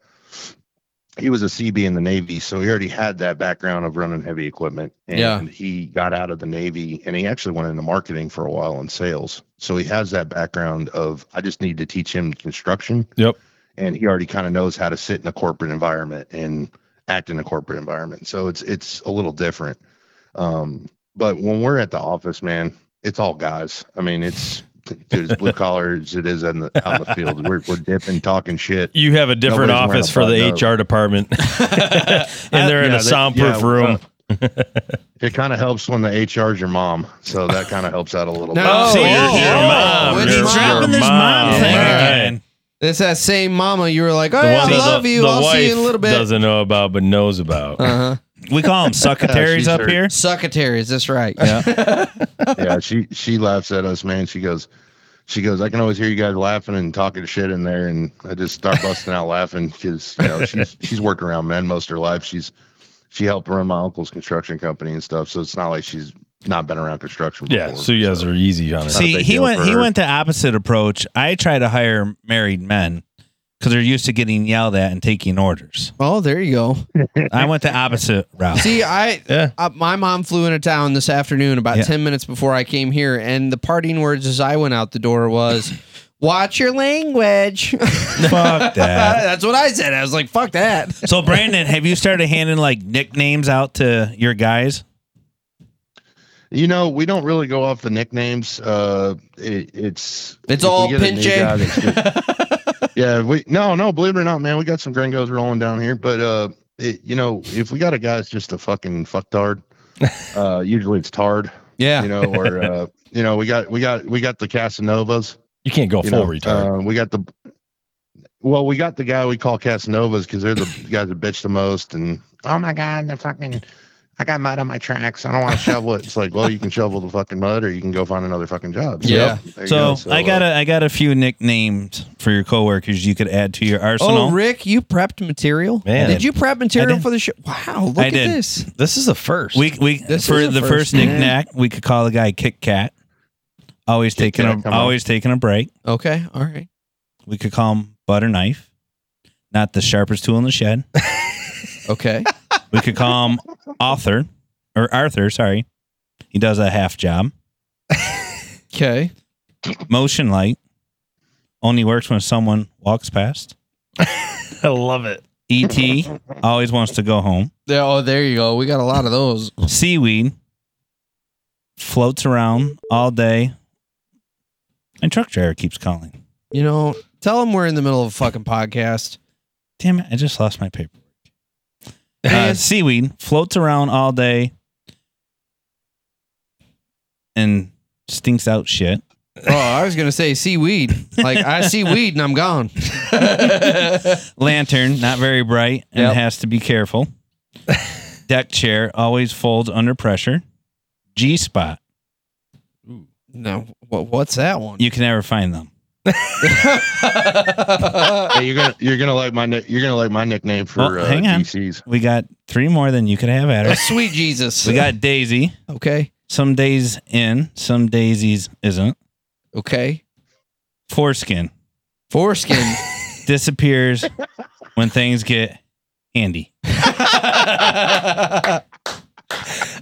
he was a CB in the Navy, so he already had that background of running heavy equipment. And
Yeah.
he got out of the Navy, and he actually went into marketing for a while and sales. So he has that background of I just need to teach him construction.
Yep.
And he already kind of knows how to sit in a corporate environment and act in a corporate environment. So it's it's a little different. Um, but when we're at the office, man, it's all guys. I mean, it's dude, it's blue collar as it is in the, out in the field. We're we're dipping, talking shit.
You have a different
Nobody's wearing
office
a
for the
button-up.
HR
(laughs)
department, (laughs) and they're in
Yeah,
a
they-
soundproof
yeah,
room.
It kind of helps when the HR's your mom, so that kind of helps out a little bit.
No. Oh,
See,
oh,
you're your
oh,
mom.
it's
You're
mom.
dropping this mom
thing
again.
it's that same mama you were like oh
The
yeah,
one
i
that
love
the-
you
the
i'll see you in a
wife
little bit
Doesn't know about, but knows about.
uh-huh
We
(laughs)
call them suckataries
She's
up
hurt.
here.
secretaries that's right
Yeah, she she laughs at us, man. She goes, she goes. I can always hear you guys laughing and talking shit in there, and I just start busting out laughing because you
(laughs)
know she's she's worked around men most of her life. She's she helped run my uncle's construction company and stuff, so it's not like she's not been around construction.
yeah,
before,
so you guys are easy on it.
not a
See,
big
he
deal
went
for
he
her.
went the opposite approach. I try to hire married men because they're used to getting yelled at and taking orders.
(laughs) oh there you go
I went the opposite route.
See, I
Yeah.
uh, my mom flew into town this afternoon about
Yeah.
ten minutes before I came here, and the parting words as I went out the door was, "Watch your language." (laughs)
(laughs) Fuck that.
That's what I said. I was like, "Fuck that."
So Brandon, have you started handing like nicknames out to your guys?
You know, we don't really go off the nicknames. Uh, it, it's
It's
if we
all
get a new
Pinche.
guy that's
(laughs)
just- yeah, we no, no. Believe it or not, man, we got some gringos rolling down here. But uh, it, you know, if we got a guy that's just a
(laughs)
fucking fucktard, uh, usually it's tard.
Yeah.
You know,
(laughs)
or uh, you know, we got we got we got the Casanovas.
You can't go
you
full
know,
retard.
uh, we got the. Well, we got the guy we call Casanovas because they're the guys that bitch the most. And oh my god, the fucking I got mud on my tracks. I don't want to shovel it. It's like, well, you can shovel the fucking mud, or you can go find another fucking job. So,
Yeah.
there you
So,
go.
I got
uh,
a I got a few nicknames for your coworkers you could add to your
Oh,
arsenal.
Rick, you prepped material.
Man.
did you prep
I
material
did.
for the show? Wow, look
I
at
did.
this.
This is the first.
we we
This
for
is the
the first
first
knickknack we could call the guy Kit Kat. Always
Kit
taking
Kat,
a
come on.
always taking a break.
Okay, all right.
We could call him Butter Knife, not the sharpest tool in the shed.
Okay,
We could call him Arthur or Arthur. Sorry, he does a half job.
okay.
Motion light only works when someone walks past.
I love it.
Et always wants to go home.
There, oh, there you go. We got a lot of those.
Seaweed floats around all day, and truck driver keeps calling.
You know, tell them we're in the middle of a fucking podcast.
Damn it! I just lost my paper. Uh,
Man.
seaweed floats around all day, and stinks out shit.
Oh, I was gonna say seaweed. Like I see weed and I'm gone.
Lantern, not very bright, and
Yep.
has to be
(laughs)
careful. Deck chair always folds under pressure. G spot.
No, what, what's that one? (laughs)
You can never find them.
Hey, you're gonna you're gonna like my nick you're gonna like my nickname for
Well,
uh,
hang on.
DCs.
We got three more than you could have at her.
Sweet Jesus.
We
(laughs)
got Daisy.
okay,
Some days in, some daisies isn't.
okay.
Foreskin
Foreskin.
disappears when things get handy.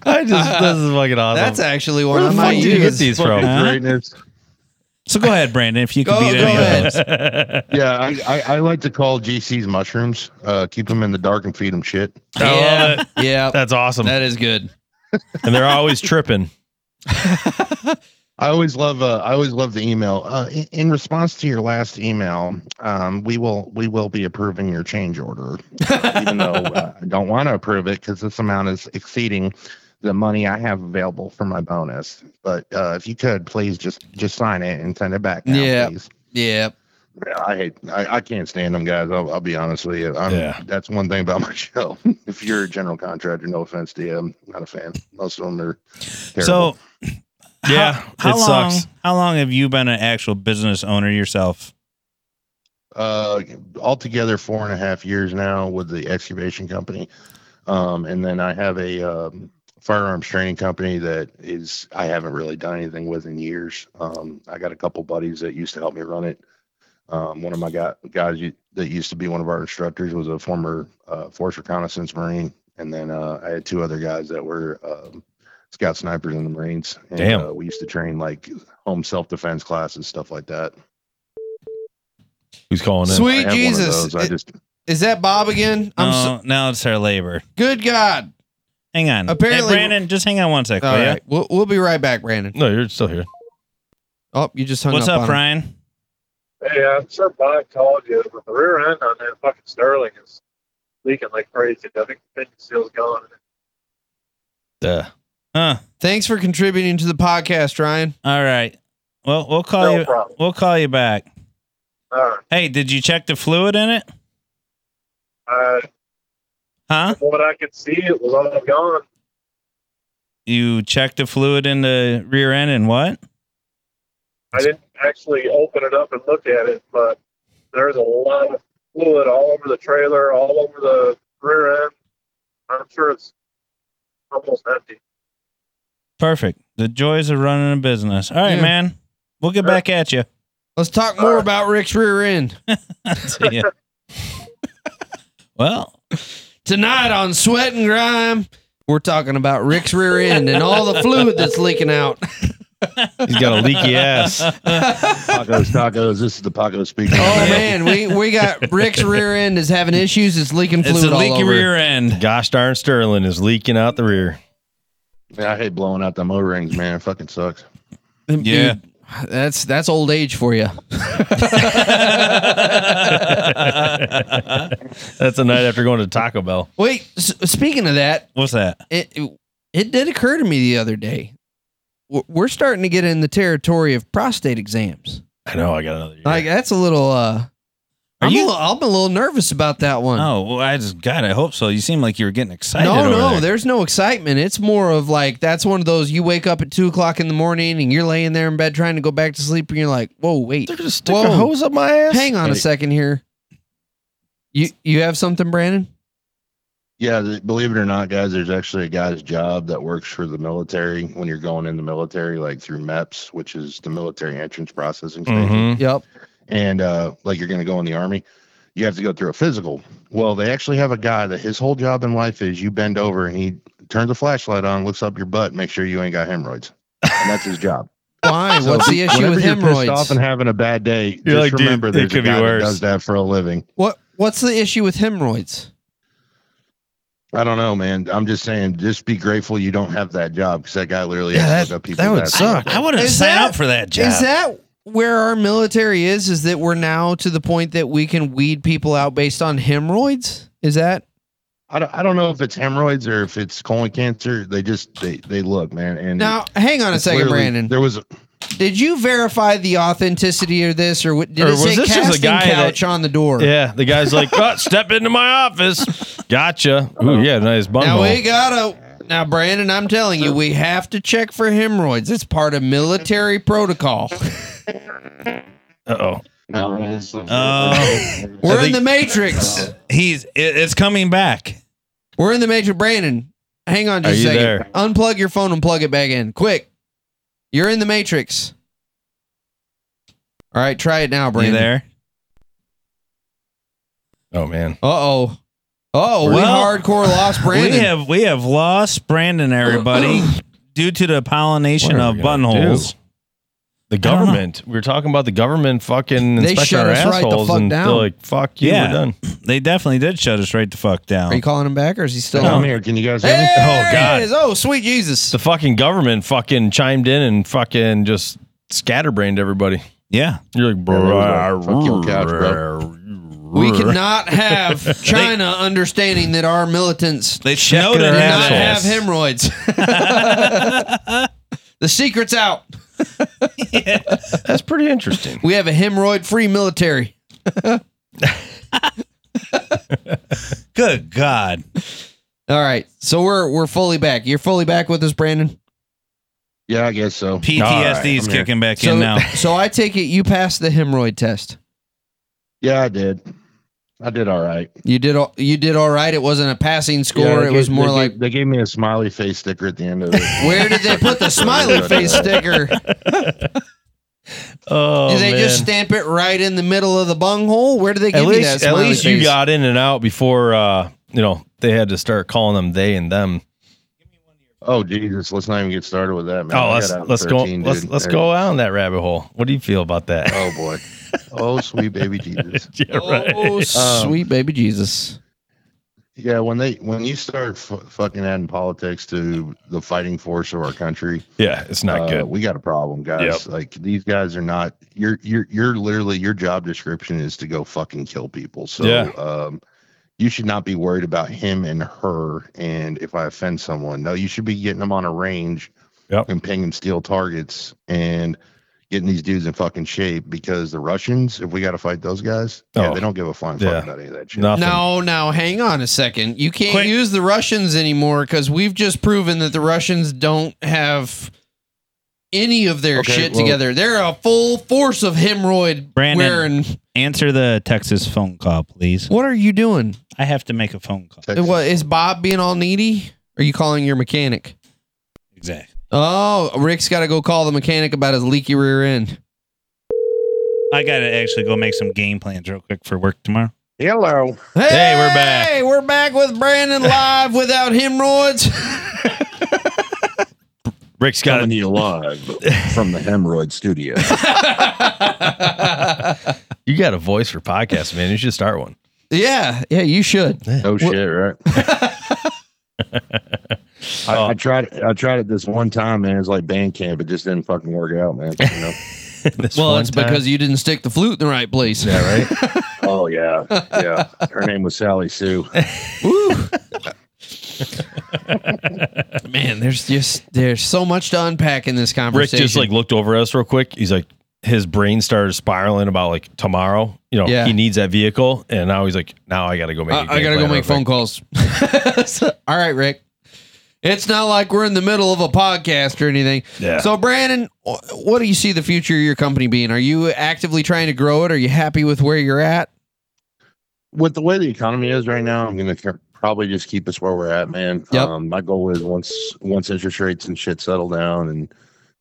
I just
(laughs)
this is fucking awesome.
That's actually one
Where the
I
fuck
might
did you get
use.
these
Fucking
from?
Huh?
greatness.
So go ahead, Brandon, if you can
Go-
beat
go
any
ahead.
of those.
Yeah, I, I, I like to call GCs mushrooms. Uh, keep them in the dark and feed them shit.
(laughs) I love it.
(laughs) Yeah,
That's awesome.
that is good.
and they're always tripping.
I always love uh, I always love the email. Uh, in, in response to your last email, um, we will we will be approving your change order, even though uh, I don't want to approve it because this amount is exceeding the money I have available for my bonus. But uh, if you could please just just sign it and send it back. Now,
Yeah.
please.
Yeah.
Yeah, I hate I, I can't stand them guys. I'll, I'll be honest with you. I'm,
Yeah.
That's one thing about (laughs) my show. if you're a general contractor, no offense to you, I'm not a fan. Most of them are terrible.
So
Yeah,
how, how
it
long,
sucks.
How long have you been an actual business owner yourself?
uh altogether four and a half years now with the excavation company um and then i have a um, firearms training company that is i haven't really done anything with in years um i got a couple buddies that used to help me run it um one of my guy, guys you- that used to be one of our instructors was a former uh, force reconnaissance marine and then uh, i had two other guys that were um, scout snipers in the marines and
Damn.
Uh, we used to train like home self-defense classes stuff like that
Who's calling in?
I
Sweet
have one of
Jesus.
those. i just
Is that Bob again? I'm so,
No, now it's her labor.
good God.
Hang on.
Apparently-
Hey, Brandon, just hang on one sec.
All
will ya?
right. We'll, we'll be right back, Brandon.
No, you're still here.
Oh, you just hung
What's
up,
up,
on him.
Ryan?
Hey, I'm sure Bob called you, but the rear end on that fucking Sterling is leaking like crazy. I think the pin seal's gone.
Duh.
Huh.
Thanks for contributing to the podcast, Ryan.
All right. Well, we'll call
No
you.
problem.
We'll call you back.
All right.
Hey, did you check the fluid in it?
Uh,
Huh?
from what I could see, it was all gone.
You checked the fluid in the rear end and what?
I didn't actually open it up and look at it, but there's a lot of fluid all over the trailer, all over the rear end. I'm sure it's almost empty.
Perfect. The joys of running a business. All right,
Yeah.
man. We'll get back at you.
Let's talk more about Rick's rear end
See ya. well,
tonight on Sweat and Grime. We're talking about Rick's rear end and all the fluid that's leaking
(laughs)
out.
He's (laughs) got a leaky ass.
Pacos, tacos. This is the Paco speaking.
Oh man, we we got Rick's rear end is having issues. It's leaking
it's
fluid
a
all
leaky
over.
rear end.
Gosh darn Sterling is leaking out the rear.
Man, I hate blowing out them O rings, man. It fucking sucks.
Dude,
Yeah.
that's that's old age for you.
That's the night after going to Taco Bell.
Wait, s- speaking of that,
What's that?
it, it it did occur to me the other day. We're- We're starting to get in the territory of prostate exams.
I know I got another year.
Like that's a little. uh
Are
I'm,
you-
a little, I'm a little nervous about that one.
Oh, well, I just God, I hope so. You seem like you were getting excited.
no,
over
no,
there.
there's no excitement. It's more of like that's one of those you wake up at two o'clock in the morning and you're laying there in bed trying to go back to sleep and you're like, whoa, wait,
They're gonna stick
Whoa.
a hose up my ass.
hang on a second here. You you have something, Brandon?
Yeah, th- believe it or not, guys, there's actually a guy's job that works for the military when you're going in the military, like through MEPS, which is the military entrance processing station.
Mhm.
Yep.
And uh, like you're going to go in the army, you have to go through a physical. Well, they actually have a guy that his whole job in life is you bend over and he turns a flashlight on, looks up your butt, make sure you ain't got hemorrhoids. And that's his job.
Why?
So
What's the issue
whenever
with
you're pissed
hemorrhoids?
off and having a bad day,
You're like,
just
dude,
remember
it
there's a
could be
guy that
worse.
does that for a living.
What What's the issue with hemorrhoids?
I don't know, man. I'm just saying, just be grateful you don't have that job because that guy literally has to
Yeah,
look
that,
up people.
that would
that's-
suck.
I would have
Is
signed
that-
up for that job.
Is that where our military is? Is that we're now to the point that we can weed people out based on hemorrhoids? Is that
I don't, I don't know if it's hemorrhoids or if it's colon cancer. They just they they look, man. And
Now, hang on a second,
clearly
Brandon.
There was a-
Did you verify the authenticity of this, or w- did
Or
it
was
say
this just a
casting
guy that-
couch on the door?
Yeah, the guy's like, "Oh, step into my office. Gotcha. Ooh, yeah, nice
Now we
bunghole.
gotta. Now, Brandon, I'm telling you, we have to check for hemorrhoids. It's part of military protocol.
Uh oh.
Oh.
We're in
think-
the Matrix.
He's it, it's coming back.
We're in the Matrix. Brandon, hang on just
Are
a
you
second.
there?
Unplug your phone and plug it back in, quick. You're in the Matrix. All right, try it now,
You
Brandon.
there?
Oh man.
Uh oh. Oh, we
Well,
hardcore lost Brandon.
We have we have lost Brandon, everybody, (clears throat) due to the pollination
What are
of
we gonna
buttonholes.
do? The
don't know.
government. We were talking about the government fucking
They
inspecting
shut
our
us right the
assholes
fuck
and
down.
they're like, "Fuck you,
Yeah.
we're done."
They definitely did shut us right the fuck
Are you
down.
calling him back, or is he still
I'm
on?
here. Can you guys hear me?
There
Oh, God.
it is. Oh, sweet Jesus!
The fucking government fucking chimed in and fucking just scatterbrained everybody.
Yeah,
You're like,
there
bro,
was a fucking couch,
We cannot have China understanding that our militants
they
Check
snowed
their
it
did
out.
not have
assholes.
hemorrhoids. (laughs) the secret's out.
That's pretty
(laughs)
interesting.
We have a hemorrhoid-free military.
Good God.
All right, so we're we're fully back. You're fully back with us, Brandon.
Yeah, I guess so.
PTSD is
All right, I'm
kicking back
So
in now.
so I take it you passed the hemorrhoid test.
Yeah, I did. I did all right.
You did all, you did all right. It wasn't a passing score.
Yeah, they
it was
gave-
more
they
like
gave, they gave me a smiley face sticker at the
(laughs)
end of it.
where did they put the smiley face sticker?
Oh,
Do they
man.
just stamp it right in the middle of the bunghole? Where do they give
at
you
least,
that?
at
smiley
least you
face?
got in and out before uh, you know they had to start calling them they and them.
oh Jesus, let's not even get started with that, man.
oh,
I
let's
got out
let's
13,
go let's
dude.
let's go out on that rabbit hole. What do you feel about that?
Oh
(laughs)
boy. Oh sweet baby Jesus.
yeah,
Oh, (laughs)
(laughs) Um,
sweet baby Jesus!
Yeah, when they when you start f- fucking adding politics to the fighting force of our country,
Yeah, it's not
uh,
good.
We got a problem, guys. Like these guys are not. You're you're you're literally your job description is to go fucking kill people. So
Yeah.
um, you should not be worried about him and her. And if I offend someone, no, you should be getting them on a range
Yep.
and paying them steel targets and getting these dudes in fucking shape because the Russians, if we got to fight those guys, yeah,
Oh.
they don't give a flying
Yeah.
fuck about any of that shit.
Nothing.
No, no, hang on a second. You can't
Quick.
use the Russians anymore because we've just proven that the Russians don't have any of their
Okay,
shit
well-
together. They're a full force of hemorrhoid
Brandon.
wearing.
(laughs) Answer the Texas phone call, please.
What are you doing?
I have to make a phone call.
Texas-
What is Bob being all needy? Are you calling your mechanic?
Exactly.
Oh, Rick's got to go call the mechanic about his leaky rear end.
I got to actually go make some game plans real quick for work tomorrow.
Hello.
Hey,
we're back.
Hey, we're back with Brandon live without hemorrhoids. (laughs)
Rick's got
Coming to you
(laughs)
live from the Hemorrhoid Studio.
you got a voice for podcasts, man. You should start
(laughs)
one.
yeah, yeah, you should.
No Oh, shit, (laughs) right? I, I tried. I tried it this one time, man. It's like band camp. It just didn't fucking work out, man. You know?
This
Well,
one
it's
time.
because you didn't stick the flute in the right place.
yeah, right.
(laughs) oh yeah, yeah. Her name was Sally Sue.
(laughs) Man, there's just there's so much to unpack in this
Rick
conversation.
just like looked over at us real quick. He's like, his brain started spiraling about like tomorrow. You know,
Yeah.
he needs that vehicle, and now he's like, now I got to go make. a
I, I
game
gotta
plan
go
real
make
quick.
phone calls. (laughs) All right, Rick. It's not like we're in the middle of a podcast or anything.
Yeah.
So, Brandon, wh- what do you see the future of your company being? Are you actively trying to grow it? Are you happy with where you're at?
With the way the economy is right now, I'm gonna cur- probably just keep us where we're at, man.
Yep.
Um, my goal is once once interest rates and shit settle down, and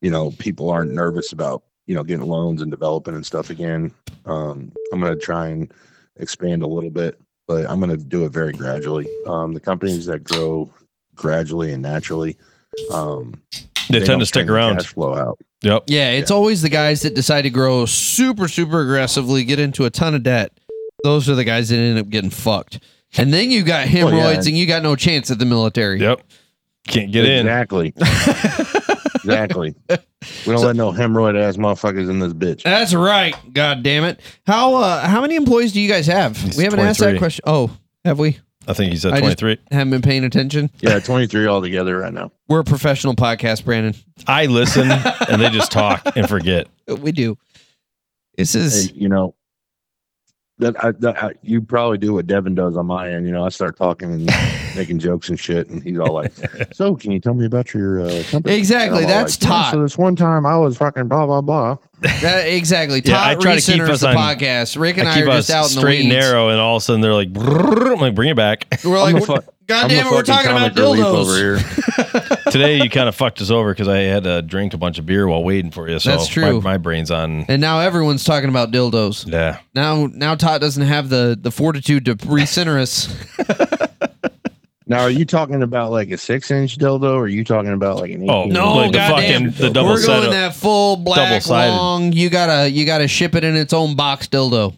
you know people aren't nervous about you know getting loans and developing and stuff again. Um, I'm gonna try and expand a little bit, but I'm gonna do it very gradually. Um, the companies that grow gradually and naturally, um,
They,
don't
tend to stick
turn their
around.
Cash flow out.
Yep.
Yeah, it's always the guys that decide to grow super, super aggressively, get into a ton of debt. Those are the guys that end up getting fucked. And then you got
yeah.
hemorrhoids and you got no chance at the military.
Yep. Can't get in.
exactly.
(laughs)
exactly. We don't let no hemorrhoid ass motherfuckers in this bitch.
That's right. God damn it. How uh how many employees do you guys have?
It's
we haven't asked that
23.
question. Oh, have we?
I think he said
I just-
23.
Haven't been paying attention.
Yeah, 23 altogether right now.
We're a professional podcast, Brandon. (laughs)
I listen and they just talk and forget.
We do. This is
Hey, you know, that, I, that I, you probably do what Devin does on my end. You know, I start talking
(laughs)
and making jokes and shit, and he's all like, "So, can you tell me about your uh, company?"
Exactly,
And I'm all
that's
"Yeah,
Todd."
So this one time, I was fucking blah blah blah.
(laughs) that, exactly.
Yeah, I
Todd
try to keep
recenters
us
the
on-
podcast. Rick and
I
I,
keep
are
us
just out in the
straight
weeds.
and narrow, and all of a sudden they're like, "Brrr," I'm like, bring it back.
We're like,
I'm
"What-
the fu-
God
I'm
damn
the
it, we're
fucking
talking about
comic relief
dildos.
over here. (laughs)
Today you kind of fucked us over because I had uh, drank a bunch of beer while waiting for you. So
That's true.
My, my brain's on.
And now everyone's talking about dildos.
Yeah.
Now, now Todd doesn't have the the fortitude to recenter us.
(laughs)
Now, are you talking about like a six inch dildo, or are you talking about like an?
Oh
18?
No,
like the
goddamn.
fucking the double
We're going
setup.
that full black
Double-sided.
long. You gotta you gotta ship it in its own box dildo.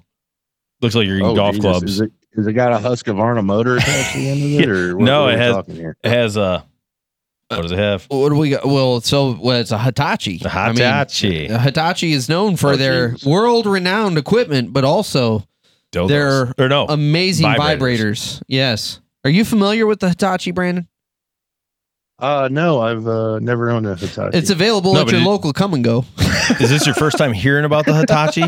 Looks like you're eating
Oh,
golf
Jesus.
clubs.
Is it, is it got a Husqvarna motor attached to the
(laughs)
end of it, or what,
No, it
what are we
has-
Talking here?
It has a. What does it have?
What do we got? Well, so well, it's a Hitachi.
The
I mean,
Hitachi.
Hitachi is known for
Oh,
their
Jesus.
world-renowned equipment, but also
dildos.
they're
or no.
amazing
Vibrators.
vibrators. Yes. Are you familiar with the Hitachi, Brandon?
Uh, no, I've uh, never owned a Hitachi.
It's available
No,
at
but
your
it-
local come and go.
Is this your first time hearing about the Hitachi?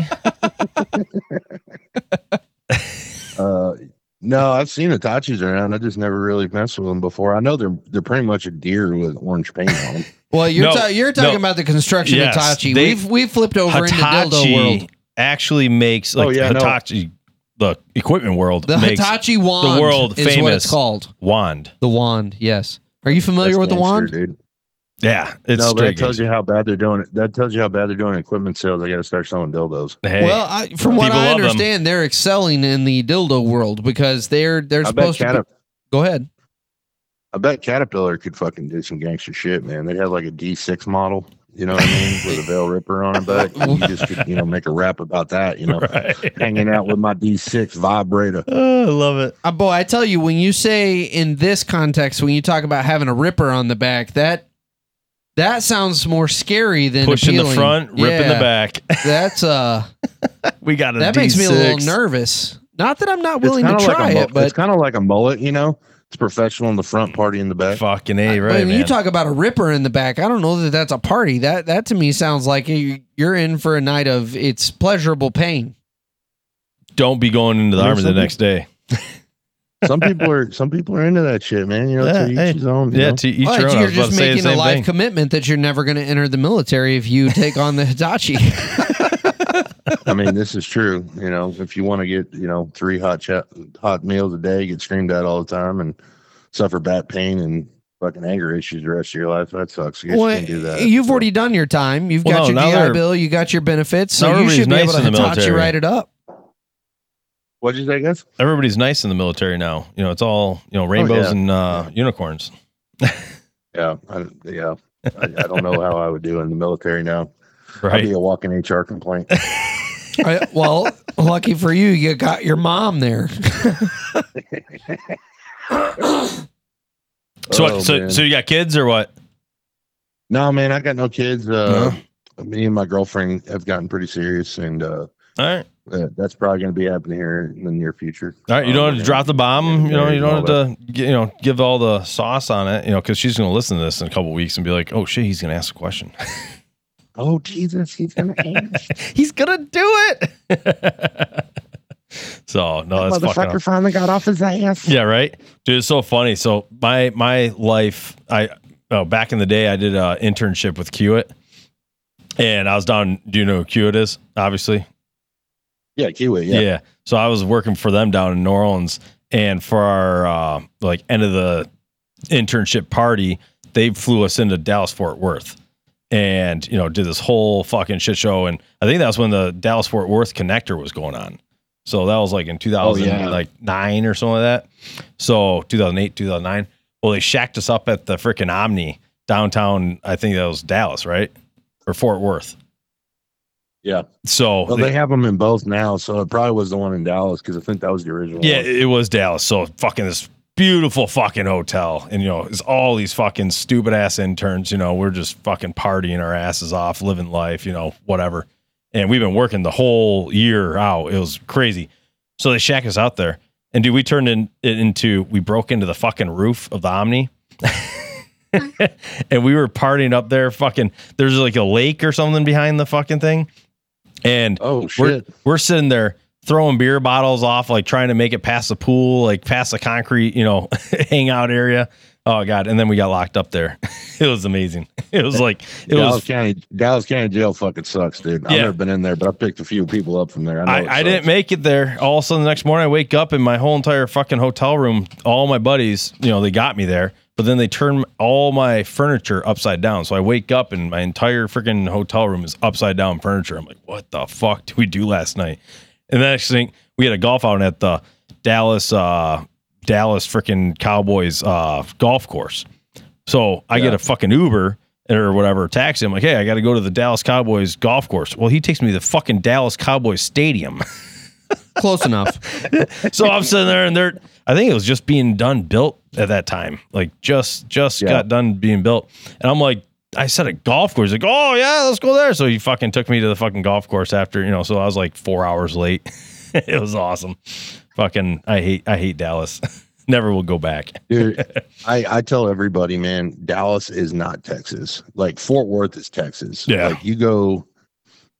Uh, no, I've seen Hitachis around. I just never really messed with them before. I know they're they're pretty much a deer with orange paint on them.
Well, you're
No,
ta- you're talking
no.
about the construction
Yes,
Hitachi.
they-
We've we've flipped (laughs) over into dildo world.
Hitachi actually makes like
Oh, yeah, no.
Hitachi, the equipment world
The
makes
Hitachi wand
world
is what it's
famous-
called.
wand.
The wand, yes. Are you familiar
That's
with the
gangster,
wand?
dude.
Yeah, it's
no, but that
straight
tells
gangster.
you how bad they're doing it. That tells you how bad they're doing equipment sales. I got to start selling dildos.
Hey,
Well, I, from what
People
I
love 'em.
understand, they're excelling in the dildo world because they're they're
I bet
supposed to.
Catap-
Be, go ahead.
I bet Caterpillar could fucking do some gangster shit, man. They'd have like a D6 model, you know what I mean, with a veil ripper on it,
(laughs)
but you just could, you know, make a rap about that, you know,
(laughs) right.
hanging out with my D6 vibrator.
Oh, I love it.
Uh, boy, I tell you, when you say in this context, when you talk about having a ripper on the back, that that sounds more scary than
Push in the
appealing.
front, rip in the
Yeah,
back. (laughs)
That's
(laughs)
uh,
We got a
that makes me a
D6.
little nervous. Not that I'm not willing to
kinda
try
like a, mu-
it, but
it's kind of like a mullet, you know. It's professional in the front, party in the back.
Fucking a
But
right,
when
man.
you talk about a ripper in the back, I don't know that that's a party. That that to me sounds like you- you're in for a night of it's pleasurable pain.
Don't be going into the
There's
army the
something-
next day.
Some people are some people are into that shit, man. You know,
Yeah,
to each
hey.
his own. you
Yeah,
know?
to each
But
your own. I
you're
was about
just
to say the
making a
same
life
thing.
commitment that you're never going to enter the military if you take on the
(laughs)
Hitachi.
I mean, this is true. You know, if you want to get you know three hot cha- hot meals a day, get screamed at all the time, and suffer back pain and fucking anger issues the rest of your life, that sucks. I guess
Well,
you can do that.
you've already done your time. You've
Well,
got
no, now
your
they're-
GI bill. You got your benefits.
Now
So you should be able
everybody's nice
to
in the
Hitachi
military.
write it
(laughs)
up.
What'd you say, guys?
Everybody's nice in the military now. You know, it's all
Oh,
you know, rainbows
yeah.
and uh, unicorns.
Yeah, I, yeah. I, I don't know how I would do in the military now. I'd be
Right?
a walking HR complaint.
I- well, lucky for you, you got your mom there.
(laughs) So,
Oh,
what, so,
man.
so you got kids or what?
No, man, I got no kids. Uh, Me and my girlfriend have gotten pretty serious, and uh,
All right,
uh, that's probably going to be happening here in the near future.
all right. You
Uh,
don't
we're
have to
gonna-
drop the bomb. You know, you
All
don't have to gi- you know give all the sauce on it. You know, because she's gonna listen to this in a couple weeks and be like, "Oh shit, he's gonna ask a question.
(laughs) Oh Jesus, he's
(laughs)
going to ask.
he's gonna do it." (laughs) so no, that's fucking.
Motherfucker finally got off his ass.
Yeah, right, dude. It's so funny. So my my life, I oh, back in the day, I did an internship with Kiewit, and I was down. Do you know who Kiewit is? Obviously,
Yeah, Kiwi.
yeah.
Yeah.
So I was working for them down in New Orleans, and for our uh, like end of the internship party, they flew us into Dallas Fort Worth, and you know did this whole fucking shit show. And I think that's when the Dallas Fort Worth connector was going on. So that was like in two thousand
Oh, yeah.
like nine or something like that. So two thousand eight, two thousand nine. Well, they shacked us up at the freaking Omni downtown. I think that was Dallas, right, or Fort Worth.
Yeah.
So
Well, they have them in both now, so it probably was the one in Dallas because I think that was the original.
Yeah,
one.
it was Dallas. So fucking this beautiful fucking hotel, and you know, it's all these fucking stupid ass interns. You know, we're just fucking partying our asses off, living life. You know, whatever. And we've been working the whole year out. It was crazy. So they shack us out there, And dude, we turned in, it into we broke into the fucking roof of the Omni. (laughs) and we were partying up there fucking there's like a lake or something behind the fucking thing. And
Oh
we're,
shit!
we're sitting there throwing beer bottles off, like trying to make it past the pool, like past the concrete, you know, (laughs) hangout area. Oh god! And then we got locked up there. (laughs) it was amazing. It was like it
Dallas
was.
County Dallas County Jail fucking sucks, dude. I've
Yeah.
never been in there, but I picked a few people up from there. I, know it
I, I
sucks.
didn't make it there. All of a sudden, the next morning, I wake up and my whole entire fucking hotel room, all my buddies, you know, they got me there, but then they turned all my furniture upside down. So I wake up and my entire freaking hotel room is upside down furniture. I'm like, what the fuck did we do last night? And the next thing, we had a golf outing at the Dallas, uh, Dallas freaking Cowboys uh, golf course. So I get a fucking Uber or whatever taxi. I'm like, hey, I got to go to the Dallas Cowboys golf course. Well, he takes me to the fucking Dallas Cowboys stadium.
Close
(laughs)
enough.
so I'm sitting there, and they're I think it was just being done built at that time, like just just
Yeah.
got done being built, and I'm like. I said a golf course. He's like, oh yeah, let's go there. So he fucking took me to the fucking golf course after, you know. So I was like four hours late. (laughs) it was awesome. Fucking, I hate, I hate Dallas. (laughs) Never will go back. (laughs)
Dude, I, I tell everybody, man, Dallas is not Texas. Like Fort Worth is Texas.
Yeah.
Like you go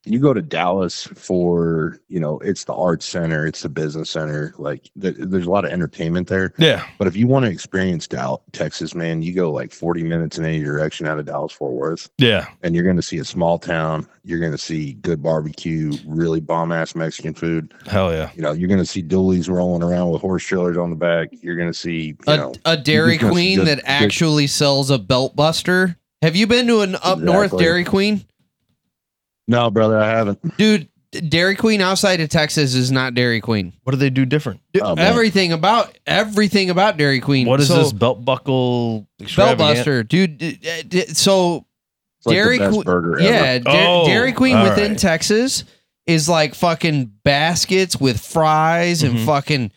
you go to Dallas for, you know, it's the arts center, it's the business center. Like th- there's a lot of entertainment there.
Yeah,
But if you want to experience Dal- Texas, man, you go like 40 minutes in any direction out of Dallas Fort Worth
yeah,
and you're going to see a small town. You're going to see good barbecue, really bomb ass Mexican food.
hell yeah.
You know, you're going to see dualies rolling around with horse trailers on the back. You're going to see, you
A,
know,
a Dairy
just must
Queen
just-
that actually sells a belt buster. Have you been to an up north
Exactly.
Dairy Queen?
no, brother, I haven't.
Dude, Dairy Queen outside of Texas is not Dairy Queen.
What do they do different?
Dude,
Oh, man.
everything about everything about Dairy Queen.
What is
So,
this belt buckle?
belt
extravaganza?
buster, dude? d- d- d- So
It's like
Dairy
the best
Que-
burger ever.
yeah, Da-
Oh,
Dairy Queen
all
within
right.
Texas is like fucking baskets with fries
Mhm.
and fucking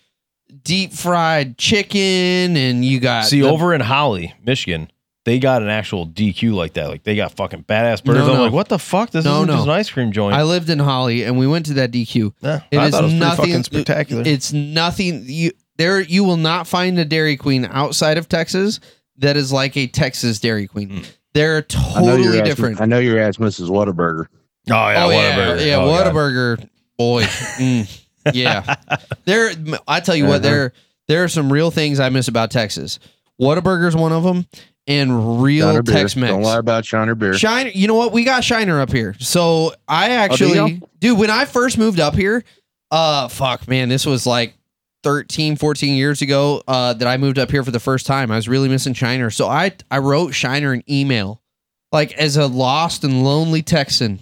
deep fried chicken, and you got
See,
Uh, the-
over in Holly, Michigan, they got an actual DQ like that. Like they got fucking badass burgers.
No,
I'm
no.
like, what the fuck? This
No,
isn't
no.
just an ice cream joint.
I lived in Holly, and we went to that DQ.
yeah,
It
I
is
thought pretty
nothing-
fucking spectacular.
It's nothing. You there, you will not find a Dairy Queen outside of Texas that is like a Texas Dairy Queen.
Mm.
They're
Hmm. I know you're
totally
asking-
different.
I know your ass misses
oh
Whataburger.
yeah,
oh
what
yeah,
a burger.
yeah,
Oh,
what a
God.
burger, boy.
(laughs)
Mm, yeah, there. I tell you what,
Uh-huh.
there there are some real things I miss about Texas. Whataburger's one of them, and real
Shiner beer.
Tex
Don't lie
Mex.
about Shiner beer.
Shiner, you know what? We got Shiner up here. So I actually, dude, when I first moved up here, uh, fuck, man, this was like 13, 14 years ago uh, that I moved up here for the first time. I was really missing Shiner. So I, I wrote Shiner an email, like as a lost and lonely Texan.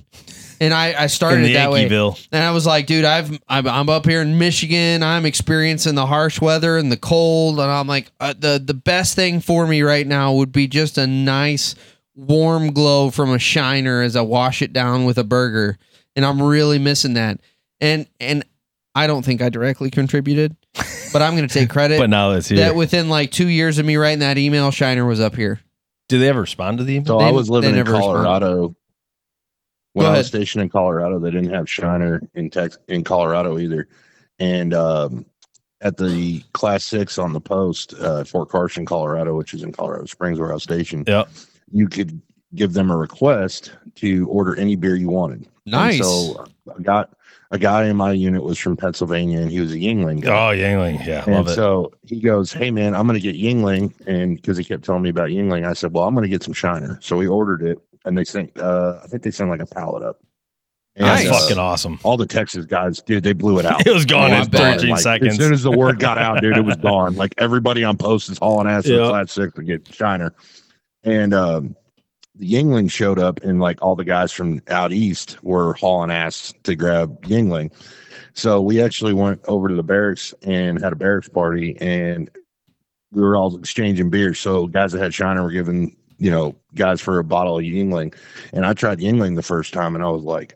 And I, I started
In
it that way.
Yankeeville.
And I was like, dude, I've I'm, I'm up here in Michigan. I'm experiencing the harsh weather and the cold, and I'm like, uh, the the best thing for me right now would be just a nice warm glow from a shiner as I wash it down with a burger, and I'm really missing that. And and I don't think I directly
(laughs)
contributed, but I'm gonna take credit
But now it's here.
that within like two years of me writing that email, shiner was up here.
do they ever respond to the email?
So
They-
I was living
they
in
never responded.
Colorado. When
Go
I
ahead.
was stationed in Colorado, they didn't have Shiner in Tex in Colorado either. And um, at the class six on the post, uh, Fort Carson, Colorado, which is in Colorado Springs where I was stationed,
Yep.
you could give them a request to order any beer you wanted. And
Nice.
so I got a guy in my unit was from Pennsylvania and he was a Yingling guy.
Oh, Yangling. Yeah, I
And
love it.
so he goes, Hey man, I'm gonna get Yingling. And because he kept telling me about Yingling, I said, Well, I'm gonna get some Shiner. So we ordered it and they sent uh I think they sent like a pallet up. And,
That's
uh,
fucking awesome. (laughs)
all the Texas guys, dude, they blew it out.
It was gone
Oh,
in
I bet.
13
Like,
seconds.
As soon as the word got out, dude, it
(laughs)
was gone. Like everybody on post is hauling ass in
Yeah.
class six to get Shiner. And um the Yingling showed up and like all the guys from out east were hauling ass to grab Yingling. So we actually went over to the barracks and had a barracks party and we were all exchanging beer. So guys that had Shiner were giving, you know, guys for a bottle of Yingling. And I tried Yingling the first time and I was like,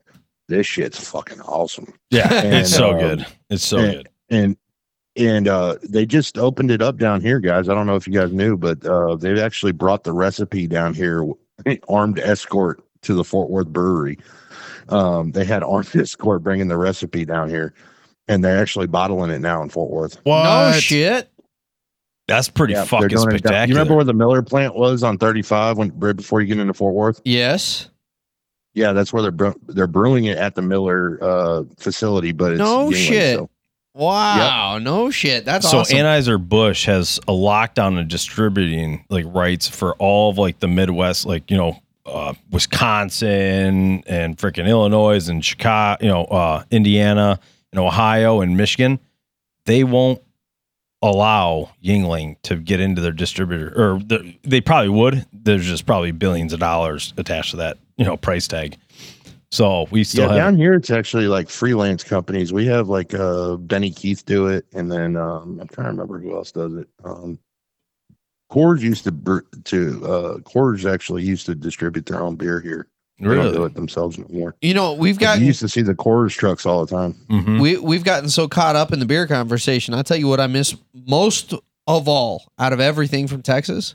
this shit's fucking awesome
yeah,
and,
it's so
um,
good. It's so
and-
good.
and and uh they just opened it up down here guys i don't know if you guys knew but uh they've actually brought the recipe down here (laughs) armed escort (laughs) to the fort worth brewery um they had armed escort bringing the recipe down here and they're actually bottling it now in Fort Worth.
What?
(laughs) No shit.
That's pretty
Yeah, they're
fucking
doing it down-
spectacular.
You remember where the Miller plant was on 35 when right before you get into Fort Worth?
Yes.
Yeah, that's where they're bre- they're brewing it at the Miller uh, facility. But it's
No
Yingling,
shit.
so-
Wow. No shit. That's
so
awesome.
Anheuser Busch has a lockdown of distributing like rights for all of like the Midwest, like you know, uh, Wisconsin and freaking Illinois and Chicago, you know, uh, Indiana and Ohio and Michigan. They won't allow Yingling to get into their distributor, or the, they probably would. There's just probably billions of dollars attached to that, you know, price tag. So we still
yeah,
have
down here it's actually like freelance companies. We have like uh, Benny Keith do it, and then um, I'm trying to remember who else does it. Um, Coors used to bre- to uh, Coors actually used to distribute their own beer here. They don't do
really.
it themselves anymore.
you know, we've
But You
gotten
used to see the Coors trucks all the time.
Mhm.
we we've gotten so caught up in the beer conversation. I tell you what I miss most of all out of everything from Texas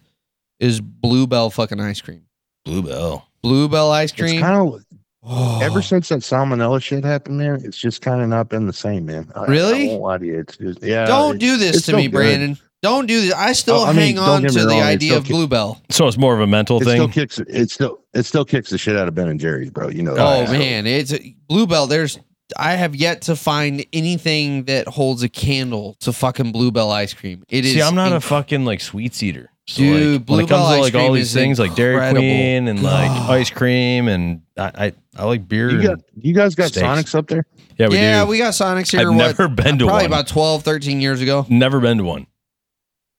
is Bluebell fucking ice cream.
Bluebell.
Bluebell ice
It's
cream.
kind of
Oh.
ever since that salmonella shit happened, man. It's just kind of not been the same, man. I,
Really?
I won't lie to you. It's just, yeah.
don't
it-
do this
it's
to
still
me,
good.
Brandon. Don't do this. I still
Oh, I mean,
hang
don't
on
get
to
me
the
wrong, it's
idea
still
of
ki-
Bluebell.
So it's more of a mental
It
thing.
still kicks. It still it still kicks the shit out of Ben and Jerry's, bro. You know. that,
Oh,
so-
man, it's Bluebell. There's I have yet to find anything that holds a candle to fucking Bluebell ice cream. It is.
See, I'm not a
inc-
fucking like sweets eater. So
Dude,
like, when it
Bluebell
comes to
ice
like all
cream
these
is
things like Dairy
incredible.
Queen and
(sighs)
like
God.
ice cream and I I, I like beer.
You got
and,
you guys got
Steaks.
Sonics up there?
yeah, we
yeah,
do.
we got Sonics here.
I've
what,
never been to
probably
one.
about 12, 13 years ago.
never been to one.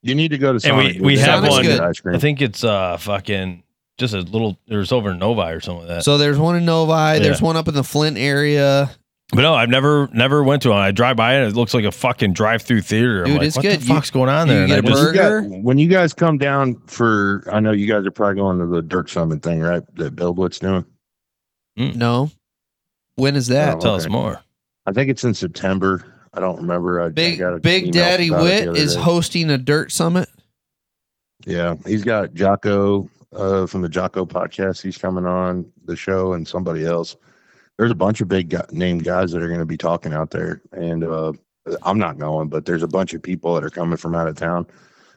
You need to go to
And we-
Sonic. dude.
we
They
have
really
one.
good Ice cream.
I think it's uh fucking just a little. There's over in Novi or something like that.
So there's one in Novi. There's one up in the Flint area.
but no, I've never never went to one. I drive by it. It looks like a fucking drive through theater. I'm
Dude,
like,
it's
what
good.
the
You-
fuck's going on
you
there? And
get
I
a
When
just-
you,
burger?
got- when you guys come down for, I know you guys are probably going to the Dirk Summit thing, right? That Bill Blitz doing.
No. When is that?
Oh,
tell us
okay.
more.
I think it's in September. I don't remember. I, I
Big
got a
Big
email
Daddy
about it the
Wit
other
is
day.
hosting a dirt summit.
Yeah, he's got Jocko uh, from the Jocko podcast. He's coming on the show, and somebody else. There's a bunch of big gu named guys that are going to be talking out there, and uh, I'm not going, but there's a bunch of people that are coming from out of town.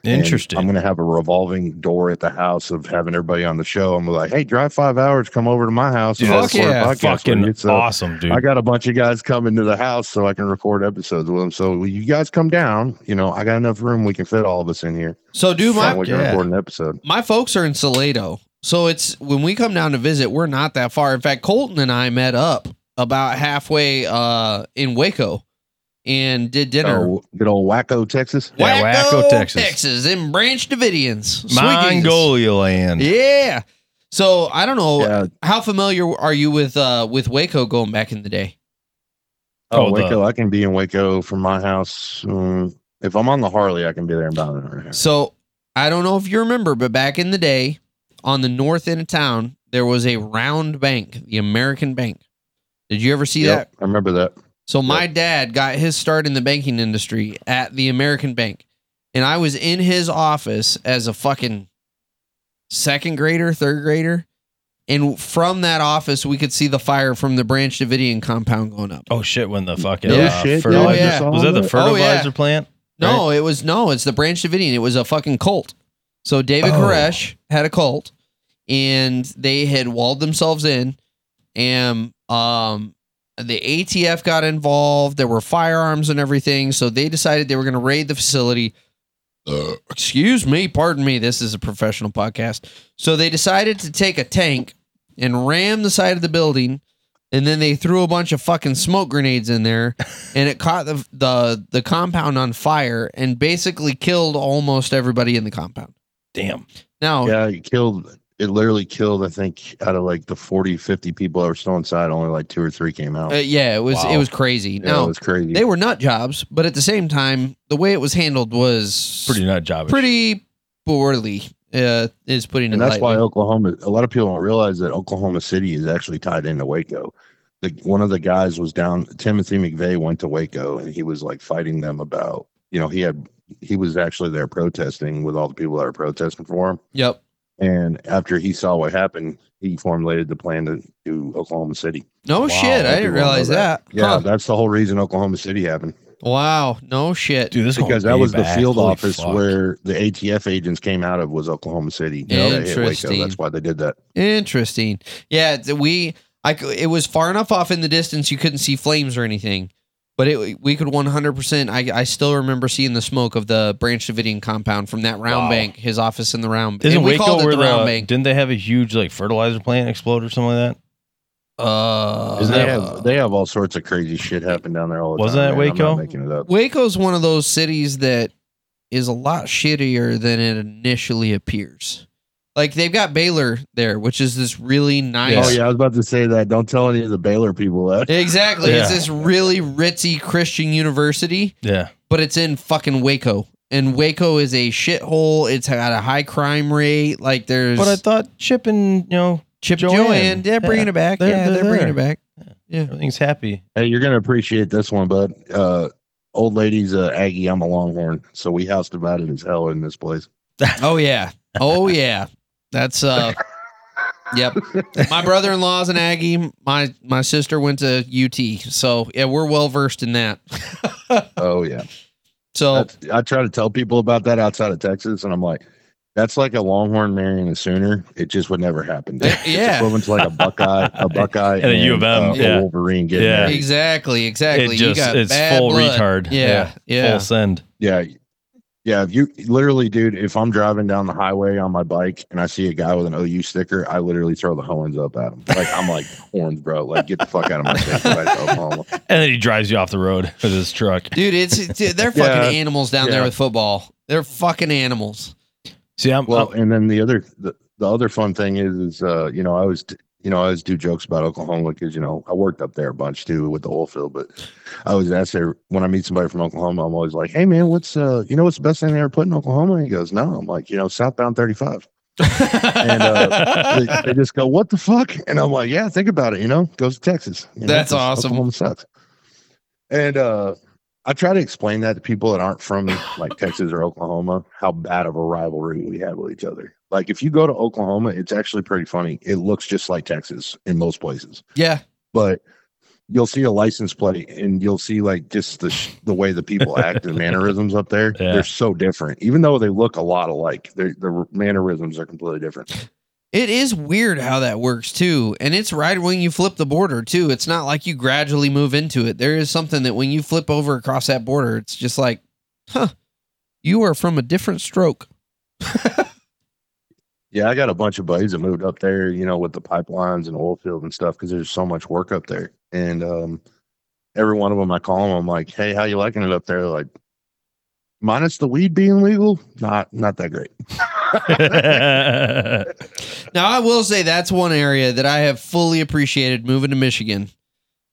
And
Interesting.
I'm going to have a revolving door at the house of having everybody on the show. I'm like, hey, drive five hours, come over to my house. and
Dude,
I'll
that's
record a podcast with
fucking
you. So
awesome, dude.
I got a bunch of guys coming to the house so I can record episodes with them. So will you guys come down? You know, I got enough room. We can fit all of us in here.
So do
and
my
we can
yeah.
record an episode.
my folks are in Salado. So it's when we come down to visit, we're not that far. In fact, Colton and I met up about halfway uh in Waco and did dinner.
Oh, good old Wacko, Texas.
yeah, Waco, Texas.
Texas in Branch Davidians. Sweeties.
Mongolia land.
Yeah. So I don't
Oh,
know
Yeah.
how familiar are you with uh with Waco going back in the day?
Oh,
Oh, the-
Waco. I can be in Waco from my house. Um, if I'm on the Harley, I can be there in about an hour. and a half.
So I don't know if you remember, but back in the day, on the north end of town, there was a round bank, the American Bank. Did you ever see that?
Yep, I remember that.
So my dad got his start in the banking industry at the American Bank. And I was in his office as a fucking second grader, third grader. And from that office, we could see the fire from the Branch Davidian compound going up.
Oh shit! When the fucking
No
uh,
shit,
no,
fertilizer
yeah.
was that the
Oh,
fertilizer
yeah.
plant?
No, it was no, it's the Branch Davidian. It was a fucking cult. So David
Oh.
Koresh had a cult, and they had walled themselves in, and um, the ATF got involved. There were firearms and everything, so they decided they were going to raid the facility. Uh, excuse me, pardon me. This is a professional podcast. So they decided to take a tank and ram the side of the building, and then they threw a bunch of fucking smoke grenades in there, and it caught the the the compound on fire and basically killed almost everybody in the compound.
Damn.
Now,
Yeah, it killed. It literally killed, I think, out of like the 40, 50 people that were still inside, only like two or three came out.
uh, yeah, it was
Wow.
it was crazy.
yeah,
now
it was crazy.
they were nut jobs, but at the same time, the way it was handled was
Pretty nut job.
pretty poorly. Uh, is putting it
and that's why
lightly.
Oklahoma. A lot of people don't realize that Oklahoma City is actually tied into Waco. The, one of the guys was down. Timothy McVeigh went to Waco, and he was like fighting them about. You know, he had he was actually there protesting with all the people that are protesting for him,
Yep.
And after he saw what happened, he formulated the plan to do Oklahoma City.
No shit. I didn't realize that.
Yeah,
Huh.
that's the whole reason Oklahoma City happened
Wow. No shit.
Dude, this
because
goes
that
way
was the
back.
field
Holy
office
fuck.
where the ATF agents came out of was Oklahoma City. You know, they hit Waco.
Interesting.
That's why they did that.
Interesting. Yeah, th- we I c- it was far enough off in the distance you couldn't see flames or anything, but it we could 100%. I I still remember seeing the smoke of the Branch Davidian compound from that round
Wow.
bank, his office in the round.
Isn't
and we
Waco
called it
where
the round
the,
bank.
didn't they have a huge like fertilizer plant explode or something like that?
Uh,
Isn't
they
that-
have they have all sorts of crazy shit happen down there all the
Wasn't
time.
that
man. I'm not
Waco?
making it up.
Waco's one of those cities that is a lot shittier than it initially appears. Like they've got Baylor there, which is this really nice
Oh yeah, I was about to say that. Don't tell any of the Baylor people that.
Exactly. It's
Yeah.
this really ritzy Christian university,
Yeah.
but it's in fucking Waco. And Waco is a shithole. It's got a high crime rate. Like there's
But I thought Chip and, you know,
Chip
Joanne.
Joanne. They're bringing it back.
They're-
yeah,
they're
they're, bringing
there.
it back.
everything's happy.
Hey, you're gonna appreciate this one, bud. Uh, old lady's uh, Aggie. I'm a Longhorn, so we house divided as hell in this place.
Oh yeah. Oh yeah. That's uh. Yep. My brother-in-law's an Aggie. My my sister went to UT. So yeah, we're well versed in that.
Oh yeah.
So
That's- I try to tell people about that outside of Texas, and I'm like, that's like a Longhorn marrying a Sooner. It just would never happen. It's
Yeah.
equivalent to like a Buckeye,
(laughs)
a Buckeye,
And a U of M,
uh,
yeah.
a Wolverine getting
Yeah.
married.
exactly, exactly.
it
you
just
got
it's
bad
full
blood.
retard.
Yeah, yeah.
Full send.
Yeah. Yeah, if you literally, dude, if I'm driving down the highway on my bike and I see a guy with an OU sticker, I literally throw the horns up at him. Like I'm like (laughs) horns, bro. Like get the fuck out of my face. Right to Oklahoma.
And then he drives you off the road (laughs) with his truck.
Dude, it's, it's
(laughs)
they're
Yeah.
fucking animals down there
Yeah.
with football. They're fucking animals.
See, I'm,
Well,
I'm-
and then the other the, the other fun thing is, is uh, you know, I always d- you know I always do jokes about Oklahoma because you know I worked up there a bunch too with the oil field, but I always ask there when I meet somebody from Oklahoma, I'm always like, hey man, what's uh you know what's the best thing they ever put in Oklahoma? And he goes, no, I'm like, you know, southbound 35. and uh, (laughs)
(laughs)
they, they just go, what the fuck? And I'm like, yeah, think about it. You know, goes to Texas. you know,
That's
'cause
awesome.
Oklahoma sucks. And uh, I try to explain that to people that aren't from like Texas or Oklahoma, how bad of a rivalry we have with each other. Like if you go to Oklahoma, it's actually pretty funny. It looks just like Texas in most places,
Yeah.
but you'll see a license plate and you'll see like just the sh- the way the people
(laughs)
act and mannerisms up there.
Yeah.
They're so different, even though they look a lot alike. Their their mannerisms are completely different.
It is weird how that works too. And it's right when you flip the border too. It's not like you gradually move into it. There is something that when you flip over across that border, it's just like, huh, you are from a different stroke.
Yeah, I got a bunch of buddies that moved up there, you know, with the pipelines and oil field and stuff, because there's so much work up there. And um, every one of them, I call them, I'm like, "Hey, how you liking it up there?" They're like, minus the weed being legal, not not that great.
Now, I will say that's one area that I have fully appreciated moving to Michigan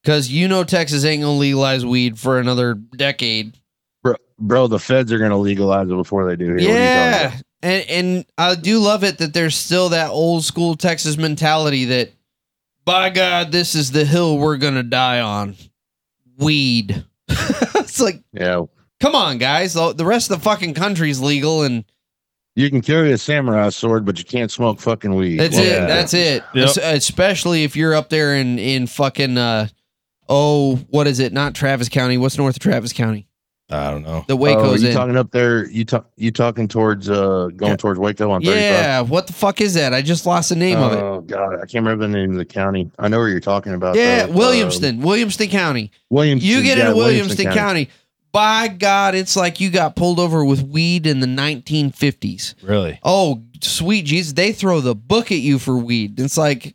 because you know Texas ain't going to legalize weed for another decade.
Bro, bro, the feds are gonna legalize it before they do here. What are you talking about?
Yeah. And and I do love it that there's still that old school Texas mentality that by God, this is the hill we're gonna die on. Weed. (laughs) it's like,
yeah.
come on, guys. The the rest of the fucking country's legal and
You can carry a samurai sword, but you can't smoke fucking weed.
that's
Well,
it.
Yeah.
That's it.
Yep.
Es- Especially if you're up there in in fucking uh oh, what is it? Not Travis County. What's north of Travis County?
(laughs) I don't know.
The
Oh,
Waco's
you
in.
talking up there? You talk? You talking towards uh going towards Waco on 35?
Yeah, what the fuck is that? I just lost the name of it.
Oh god, I can't remember the name of the county. I know where you're talking about.
Yeah,
though.
Williamston,
um,
Williamston County.
Williamson.
You get into
yeah,
Williamson County. By God, it's like you got pulled over with weed in the 1950s.
Really?
Oh, sweet Jesus. They throw the book at you for weed. It's like,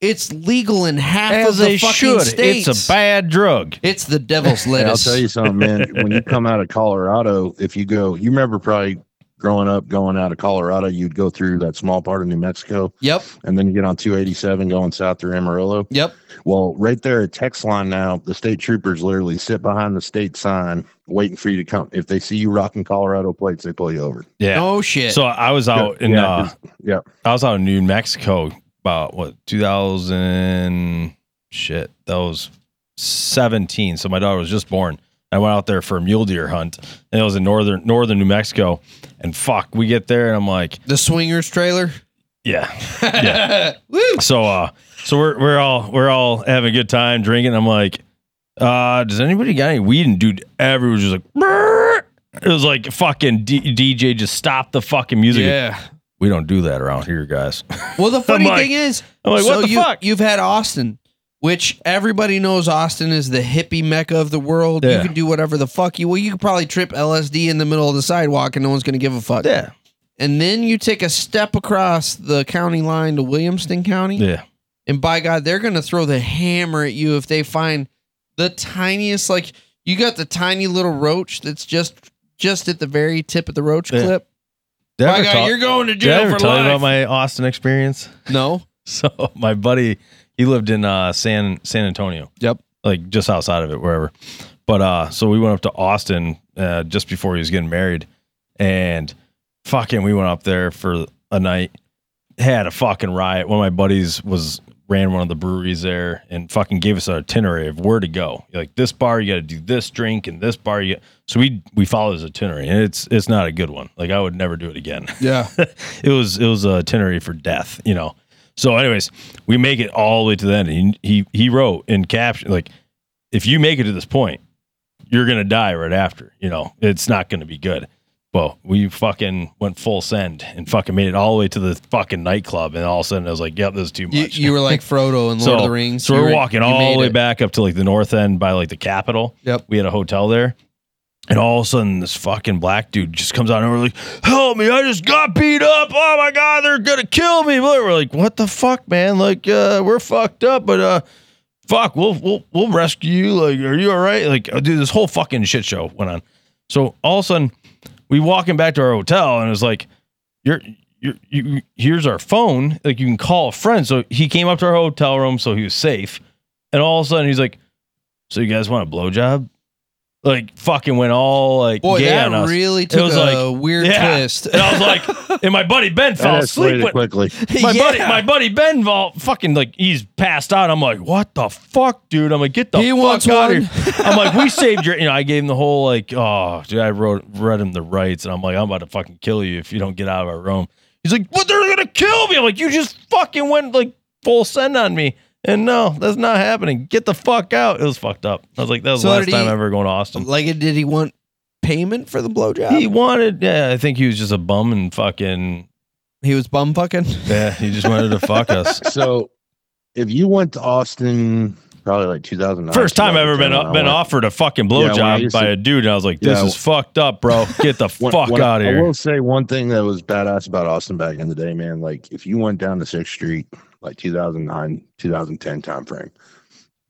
it's legal in half of the fucking states.
It's a bad drug.
It's the devil's
Hey, I'll
lettuce.
tell you something, man. when you come out of Colorado, if you go, you remember probably growing up going out of Colorado, you'd go through that small part of New Mexico,
Yep.
and then you get on 287 going south through Amarillo.
Yep.
Well, right there at text line now, the state troopers literally sit behind the state sign waiting for you to come. If they see you rocking Colorado plates, they pull you over.
Yeah.
Oh, shit.
So I was out in
Yeah,
uh,
'cause- yeah.
I was out in New Mexico about what 2000 shit that was 17. So my daughter was just born, I went out there for a mule deer hunt, and it was in northern northern New Mexico. And fuck, we get there, and I'm like,
The swingers trailer.
yeah,
(laughs)
yeah. so uh, so we're we're all we're all having a good time drinking. I'm like, uh, does anybody got any weed? And dude, everyone was just like, "Brrr." it was like fucking D- DJ just stopped the fucking music.
Yeah.
We don't do that around here, guys.
Well, the funny
like-
thing is,
I'm like,
so
what the
you,
fuck?
You've had Austin, which everybody knows Austin is the hippie mecca of the world. You
Yeah.
can do whatever the fuck you. Well, you could probably trip LSD in the middle of the sidewalk and no one's going to give a fuck.
Yeah,
And then you take a step across the county line to Williamston County,
yeah.
and by God, they're going to throw the hammer at you if they find the tiniest. Like you got the tiny little roach that's just just at the very tip of the roach
Yeah.
clip.
Did I
By
ever
God,
talk-
you're going to
Did I
jail
ever
for
tell you about
life.
my Austin experience?
no,
(laughs) So my buddy, he lived in uh, San San Antonio.
Yep.
like just outside of it, wherever. But uh, so we went up to Austin uh, just before he was getting married, and fucking, we went up there for a night. Had a fucking riot. One of my buddies was ran one of the breweries there and fucking gave us an itinerary of where to go. Like this bar, you got to do this drink, and this bar, you. So we we follow his itinerary, and it's it's not a good one. Like I would never do it again
yeah,
it was it was a itinerary for death, you know. So, anyways, we make it all the way to the end. He he, he wrote in caption like, if you make it to this point, you're gonna die right after. You know, it's not gonna be good. Well, we fucking went full send and fucking made it all the way to the fucking nightclub, and all of a sudden I was like, "Yep, this is too much."
you, you were like Frodo
(laughs)
in Lord
So-
of the Rings.
So
You
we're
were-
walking
you
all
made
the way
it.
back up to like the north end by like the Capitol.
Yep.
We had a hotel there. And all of a sudden, this fucking black dude just comes out and we're like, "Help me! I just got beat up! Oh my god, they're gonna kill me!" We're like, "What the fuck, man? Like, uh, we're fucked up, but uh, fuck, we'll we'll we'll rescue you. Like, are you all right? Like, oh, dude, this whole fucking shit show went on. So all of a sudden, we walking back to our hotel, and it's like, you're, you're, you, here's our phone. Like, you can call a friend. So he came up to our hotel room, so he was safe. And all of a sudden, he's like, so you guys want a blowjob? Like, fucking went all like
Boy,
gay on
that
us.
really took
was
a
like-
weird
Yeah. (laughs)
twist.
and I was
(laughs)
like, and my buddy Ben fell
That
asleep.
escalated
With, (laughs)
quickly.
my
Yeah.
buddy, my buddy Ben, vol- fucking like he's passed out. I'm like, what the fuck, dude? I'm like, get the
He
fuck
wants
out
one.
of here. I'm like, we saved your. You know, I gave him the whole like, oh, dude, I wrote read him the rights, and I'm like, I'm about to fucking kill you if you don't get out of our room. He's like, but they're gonna kill me. I'm like, you just fucking went like full send on me. And no, that's not happening. Get the fuck out. It was fucked up. I was like, that was
So
the last
did
time
he-
I ever going to Austin.
(laughs) Like, did he want payment for the blowjob?
He
He,
wanted, yeah, I think he was just a bum and fucking,
was bum fucking.
yeah, he just wanted to fuck
(laughs)
us.
So, if you went to Austin, probably like 2009.
First time I've ever been
2010,
been
I went.
offered a fucking
Yeah, when I
blowjob
used
by
to-
a dude, and I was like, "This
Yeah,
is fucked up, bro. Get the
(laughs) When-
fuck
when I-
out of
I
here."
will say one thing that was badass about Austin back in the day, man. Like if you went down to Sixth Street, like 2009, 2010 time frame,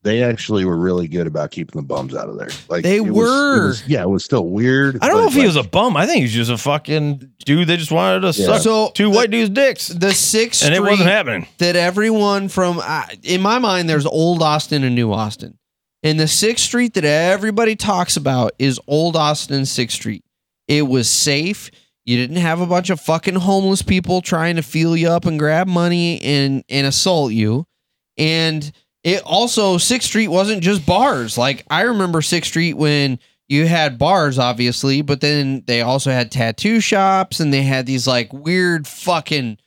they actually were really good about keeping the bums out of there. Like
They
it was- it
were.
was- yeah, it was still weird.
I don't know
but,
if he
like,
was a bum. I think he was just a fucking dude. They just wanted to
Yeah.
suck
So
two white dudes' dicks,
the sixth
and it
street
wasn't happening.
that everyone from uh, in my mind there's old austin and new austin and the sixth street that everybody talks about is old austin sixth street it was safe you didn't have a bunch of fucking homeless people trying to feel you up and grab money and and assault you and it also sixth street wasn't just bars like i remember sixth street when you had bars obviously but then they also had tattoo shops and they had these like weird fucking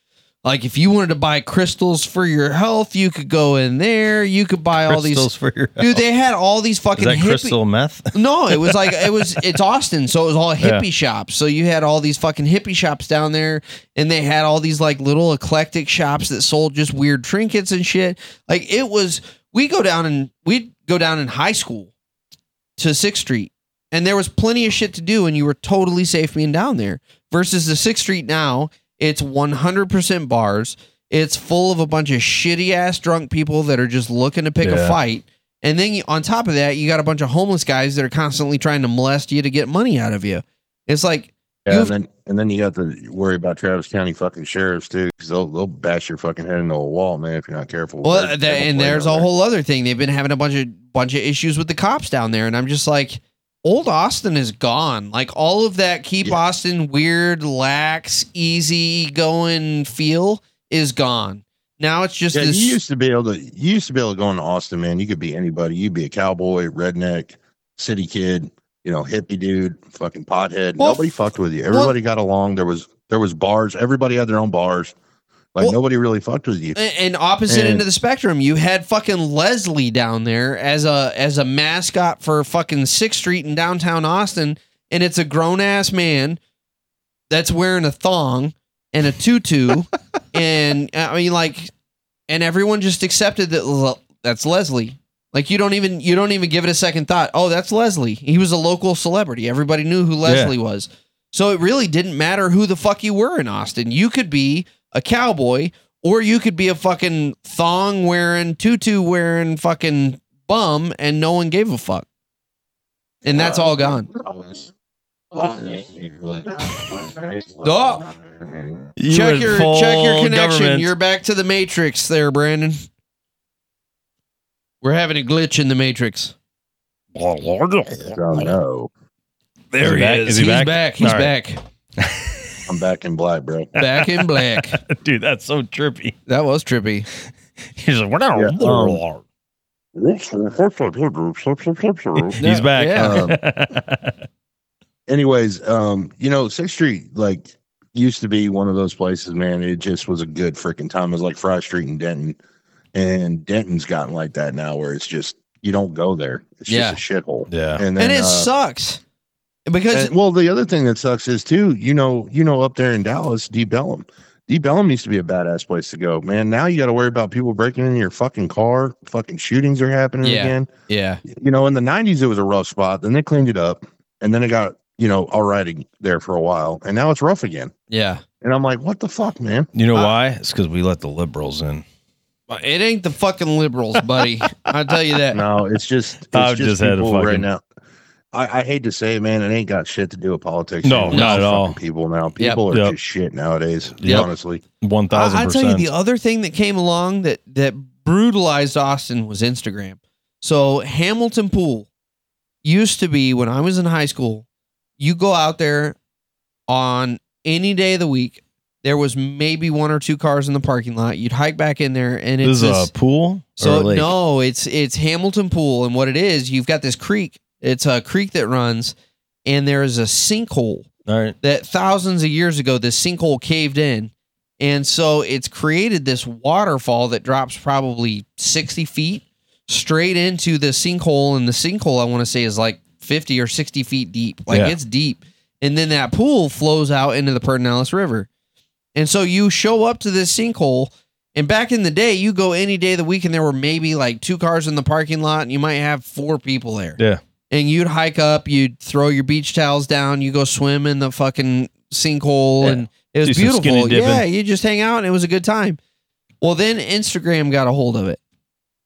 like if you wanted to buy crystals for your health, you could go in there. You could buy all
(laughs) Crystals
these.
for your
Dude, they had all these fucking
is that
hippie.
crystal meth?
(laughs)
(laughs)
No, it was like it was. It's Austin, so it was all hippie shops. So you had all these fucking hippie shops down there, and they had all these like little eclectic shops that sold just weird trinkets and shit. Like it was. We go down and we'd go down in high school to Sixth Street, and there was plenty of shit to do, and you were totally safe being down there. Versus the Sixth Street now, it's one hundred percent bars. It's full of a bunch of shitty ass drunk people that are just looking to pick a
Yeah.
fight. And then you, on top of that, you got a bunch of homeless guys that are constantly trying to molest you to get money out of you. It's like,
Yeah,
you've-
and then and then you got to worry about Travis County fucking sheriffs too, because they'll they'll bash your fucking head into a wall, man, if you're not careful.
well,
They're-
th-
they will
and
play
there's a
down there.
whole other thing. They've been having a bunch of bunch of issues with the cops down there, and I'm just like, old Austin is gone. Like all of that keep
Yeah.
Austin weird, lax, easy going feel is gone. Now it's just
Yeah,
this.
you used to be able to. You used to be able to go into Austin, man. You could be anybody. You'd be a cowboy, redneck, city kid. you know, hippie dude, fucking pothead.
Well,
nobody fucked with you. Everybody got along. There was there was bars. Everybody had their own bars. Like
Well-
nobody really fucked with you.
A- and opposite
And-
end of the spectrum, you had fucking Leslie down there as a as a mascot for fucking Sixth Street in downtown Austin, and it's a grown ass man that's wearing a thong and a tutu, and I mean like, and everyone just accepted that Le- that's Leslie. Like you don't even you don't even give it a second thought. Oh, that's Leslie. He was a local celebrity. Everybody knew who Leslie was. So it really didn't matter who the fuck you were in Austin. You could be a cowboy or you could be a fucking thong wearing, tutu wearing fucking bum and no one gave a fuck. And that's all gone.
Oh.
You
check
in
your
full
check your connection.
government.
You're back to the matrix there, Brandon. We're having a glitch in the matrix.
Oh, no.
(laughs) There he,
back?
is.
Is
He's back. He's
All right.
back.
I'm back in black, bro.
Back in black.
(laughs) Dude, that's so trippy.
(laughs)
(laughs)
That was trippy.
He's like, what are
Yeah, um,
He's back. Oh,
Yeah.
(laughs)
um,
anyways, um, you know, Sixth Street like used to be one of those places, man. It just was a good freaking time. It was like Fry Street in Denton, and Denton's gotten like that now, where it's just you don't go there. It's
Yeah.
just a shithole.
yeah.
And then,
and it
uh,
sucks. Because
and- well, the other thing that sucks is too, you know, you know, up there in Dallas, D Bellum. D Bellum used to be a badass place to go, man. Now you got to worry about people breaking into your fucking car. Fucking shootings are happening
Yeah.
again
yeah.
you know, in the nineties it was a rough spot. Then they cleaned it up, and then it got you know all right ag- there for a while, and now it's rough again.
Yeah.
And I'm like, what the fuck, man?
You know why? It's because we let the liberals in.
It ain't the fucking liberals, buddy. I'll tell you that.
No, it's just it's
I've
just,
just had a
people right
fucking-
now. I, I hate to say, it, man, it ain't got shit to do with politics.
No,
anymore.
not at
It's fucking
all.
People now, people
Yep.
are just shit nowadays.
Yep.
Honestly,
One thousand
I- I'll tell
percent.
you the other thing that came along that that brutalized Austin was Instagram. So Hamilton Pool used to be when I was in high school, you go out there on any day of the week, there was maybe one or two cars in the parking lot. You'd hike back in there and it's
This is
this-
a pool.
so
or a lake?
no, it's it's Hamilton Pool, and what it is, you've got this creek. It's a creek that runs, and there is a sinkhole
All right.
that thousands of years ago this sinkhole caved in, and so it's created this waterfall that drops probably sixty feet straight into the sinkhole, and the sinkhole I want to say is like fifty or sixty feet deep. Like
Yeah.
it's deep, and then that pool flows out into the Pertinalis River, and so you show up to this sinkhole. And back in the day, you go any day of the week, and there were maybe like two cars in the parking lot, and you might have four people there.
Yeah.
And you'd hike up, you'd throw your beach towels down, you go swim in the fucking sinkhole,
Yeah.
and it was
Do some
beautiful.
skinny dipping.
Yeah, you just hang out, and it was a good time. Well, then Instagram got a hold of it,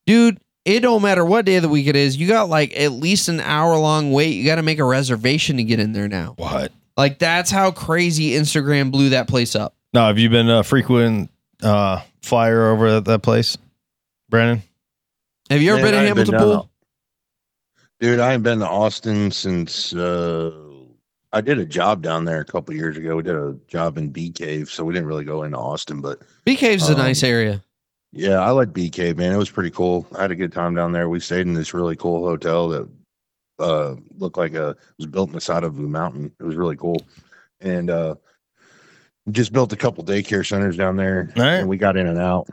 dude. It don't matter what day of the week it is, you got like at least an hour long wait. You got to make a reservation to get in there now.
What?
Like that's how crazy Instagram blew that place up.
Now, have you been a frequent uh, flyer over at that place, Brandon?
Have you ever
Man,
been
I
to
ain't been
Hamilton
down
Pool?
dude, I ain't been to Austin since uh, I did a job down there a couple years ago. We did a job in B Cave, so we didn't really go into Austin, but
B Cave's
Um,
a nice area.
Yeah, I like BK, man. It was pretty cool. I had a good time down there. We stayed in this really cool hotel that uh looked like a was built in the side of a mountain. It was really cool. And uh just built a couple daycare centers down there
All right.
and we got in and out.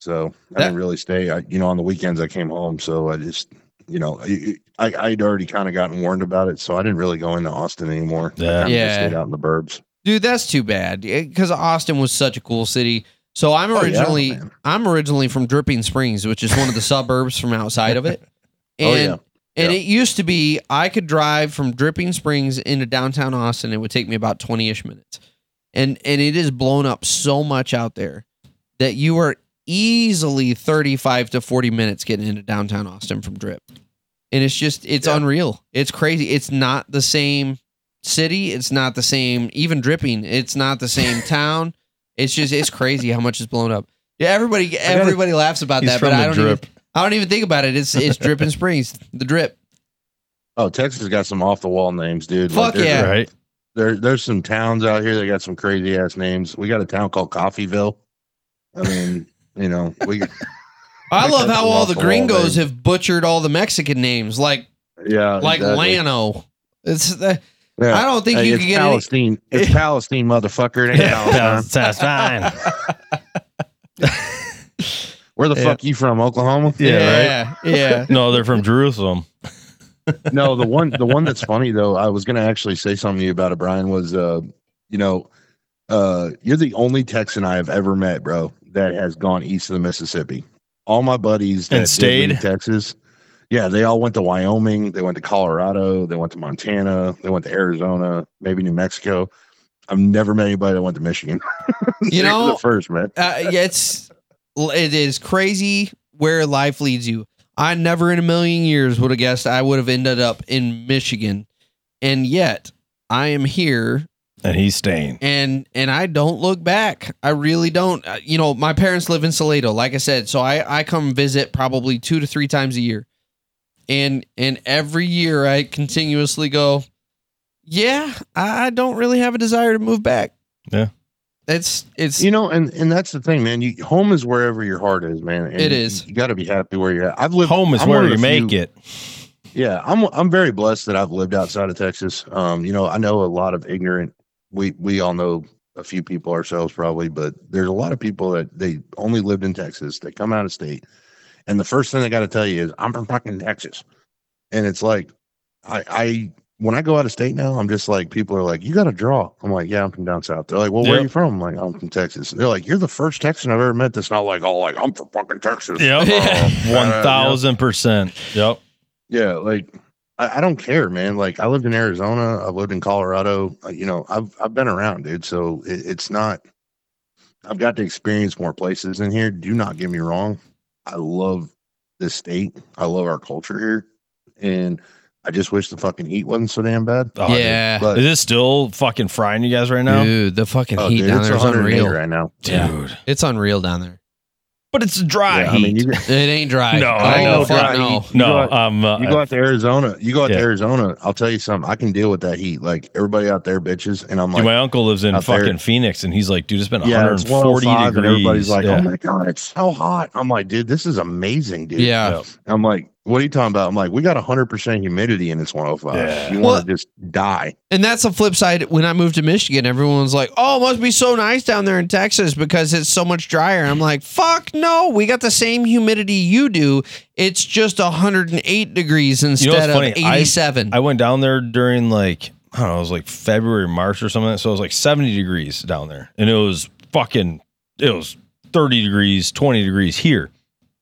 So I
That-
didn't really stay. I you know, on the weekends I came home, so I just you know, I I- I'd already kind of gotten warned about it, so I didn't really go into Austin anymore. I
Yeah.
kinda just
Yeah.
stayed out in the burbs.
Dude, that's too bad because Austin was such a cool city. So I'm
Oh, yeah,
originally
man.
I'm originally from Dripping Springs, which is one of the suburbs from outside of it. And
(laughs) Oh, yeah.
and
Yeah.
it used to be I could drive from Dripping Springs into downtown Austin. It would take me about 20-ish minutes. And and it is blown up so much out there that you are easily 35 to 40 minutes getting into downtown Austin from Drip. And it's just it's
Yeah.
unreal. It's crazy. It's not the same city. It's not the same even Dripping. It's not the
(laughs)
same town. It's just it's crazy how much is blown up. Yeah, everybody everybody laughs about
He's
that,
from
but I
the
don't even,
drip.
I don't even think about it. It's it's
(laughs)
dripping springs, the drip.
Oh, Texas has got some off the wall names, dude.
Fuck
there's a
yeah.
Right.
there there's some towns out here that got some crazy ass names. We got a town called Coffeeville. I mean, (laughs) you know, we
I
Like
love
that's
how
an
all the
awful wall
gringos
name.
have butchered all the Mexican names, like
yeah,
like
exactly.
Lano. It's the,
Yeah.
I don't think
Hey,
you
it's
can get any,
Palestine.
(laughs)
It's Palestine, motherfucker.
(laughs)
It ain't Palestine.
That's fine.
Where the
Yeah.
fuck you from? Oklahoma?
yeah, yeah. (laughs)
No, they're from Jerusalem.
no, the one the one that's funny though, I was gonna actually say something to you about it, Brian, was uh, you know, uh you're the only Texan I have ever met, bro, that has gone east of the Mississippi. All my buddies that
And
did
stayed?
leave Texas. Yeah, they all went to Wyoming, they went to Colorado, they went to Montana, they went to Arizona, maybe New Mexico. I've never met anybody that went to Michigan. (laughs)
You
They were
know,
the first man.
uh, yeah, it's it is crazy where life leads you. I never in a million years would have guessed I would have ended up in Michigan, and yet I am here,
And he's staying.
and and I don't look back. I really don't. Uh, You know, my parents live in Salado, like I said, so I I come visit probably two to three times a year, and and every year I continuously go. Yeah, I I don't really have a desire to move back.
Yeah.
it's it's
you know and and that's the thing man you home is wherever your heart is man and
It is.
you got to be happy where you're at i've lived
Home is
I'm one
where
of
you
the
make
few-
it.
(laughs) yeah i'm i'm very blessed that i've lived outside of texas um you know i know a lot of ignorant we we all know a few people ourselves probably but there's a lot of people that they only lived in texas they come out of state and the first thing they got to tell you is i'm from fucking texas and it's like i i when I go out of state now, I'm just like people are like, "You got to draw." I'm like, "Yeah, I'm from down south." They're like, "Well, where
Yep.
are you from?" I'm like, "I'm from Texas." And they're like, "You're the first Texan I've ever met that's not like all like I'm from fucking Texas." (laughs) Oh,
Yep. One thousand percent. Yep.
Yeah, like I, I don't care, man. Like I lived in Arizona, I lived in Colorado. uh, You know, I've I've been around, dude. So it, it's not. I've got to experience more places in here. Do not get me wrong. I love this state. I love our culture here, and I just wish the fucking heat wasn't so damn bad.
Oh, dude.
yeah.
But
Is it still fucking frying you guys right now?
Dude, the fucking
oh,
heat
dude,
down
it's
there is
108
unreal.
right now.
Dude.
It's unreal down there.
But it's
Ah,
dry
Yeah,
heat.
I mean, you,
It ain't dry.
(laughs) No,
oh,
I know
fuck
dry
no.
You
no,
go out-
um, uh,
You go out
(laughs)
to Arizona. You go out
Yeah.
to Arizona. I'll tell you something. I can deal with that heat. Like everybody out there, bitches. And I'm
dude,
like,
my uncle lives in
out there-
fucking Phoenix, and he's like, dude, it's been
yeah, it's
140
105,
degrees.
and everybody's like,
yeah.
oh my god, it's so hot. I'm like, dude, this is amazing, dude.
Yeah.
I'm like, what are you talking about? I'm like, we got 100 percent humidity and it's 105.
Yeah.
You
Well-
want to just die?
And that's the flip side. When I moved to Michigan, everyone was like, oh, it must be so nice down there in Texas because it's so much drier. I'm like, fuck no. We got the same humidity you do. It's just 108 degrees instead of
funny? I-
87.
I went down there during like I don't know, it was like February, March or something. So it was like 70 degrees down there. And it was fucking it was 30 degrees, 20 degrees here.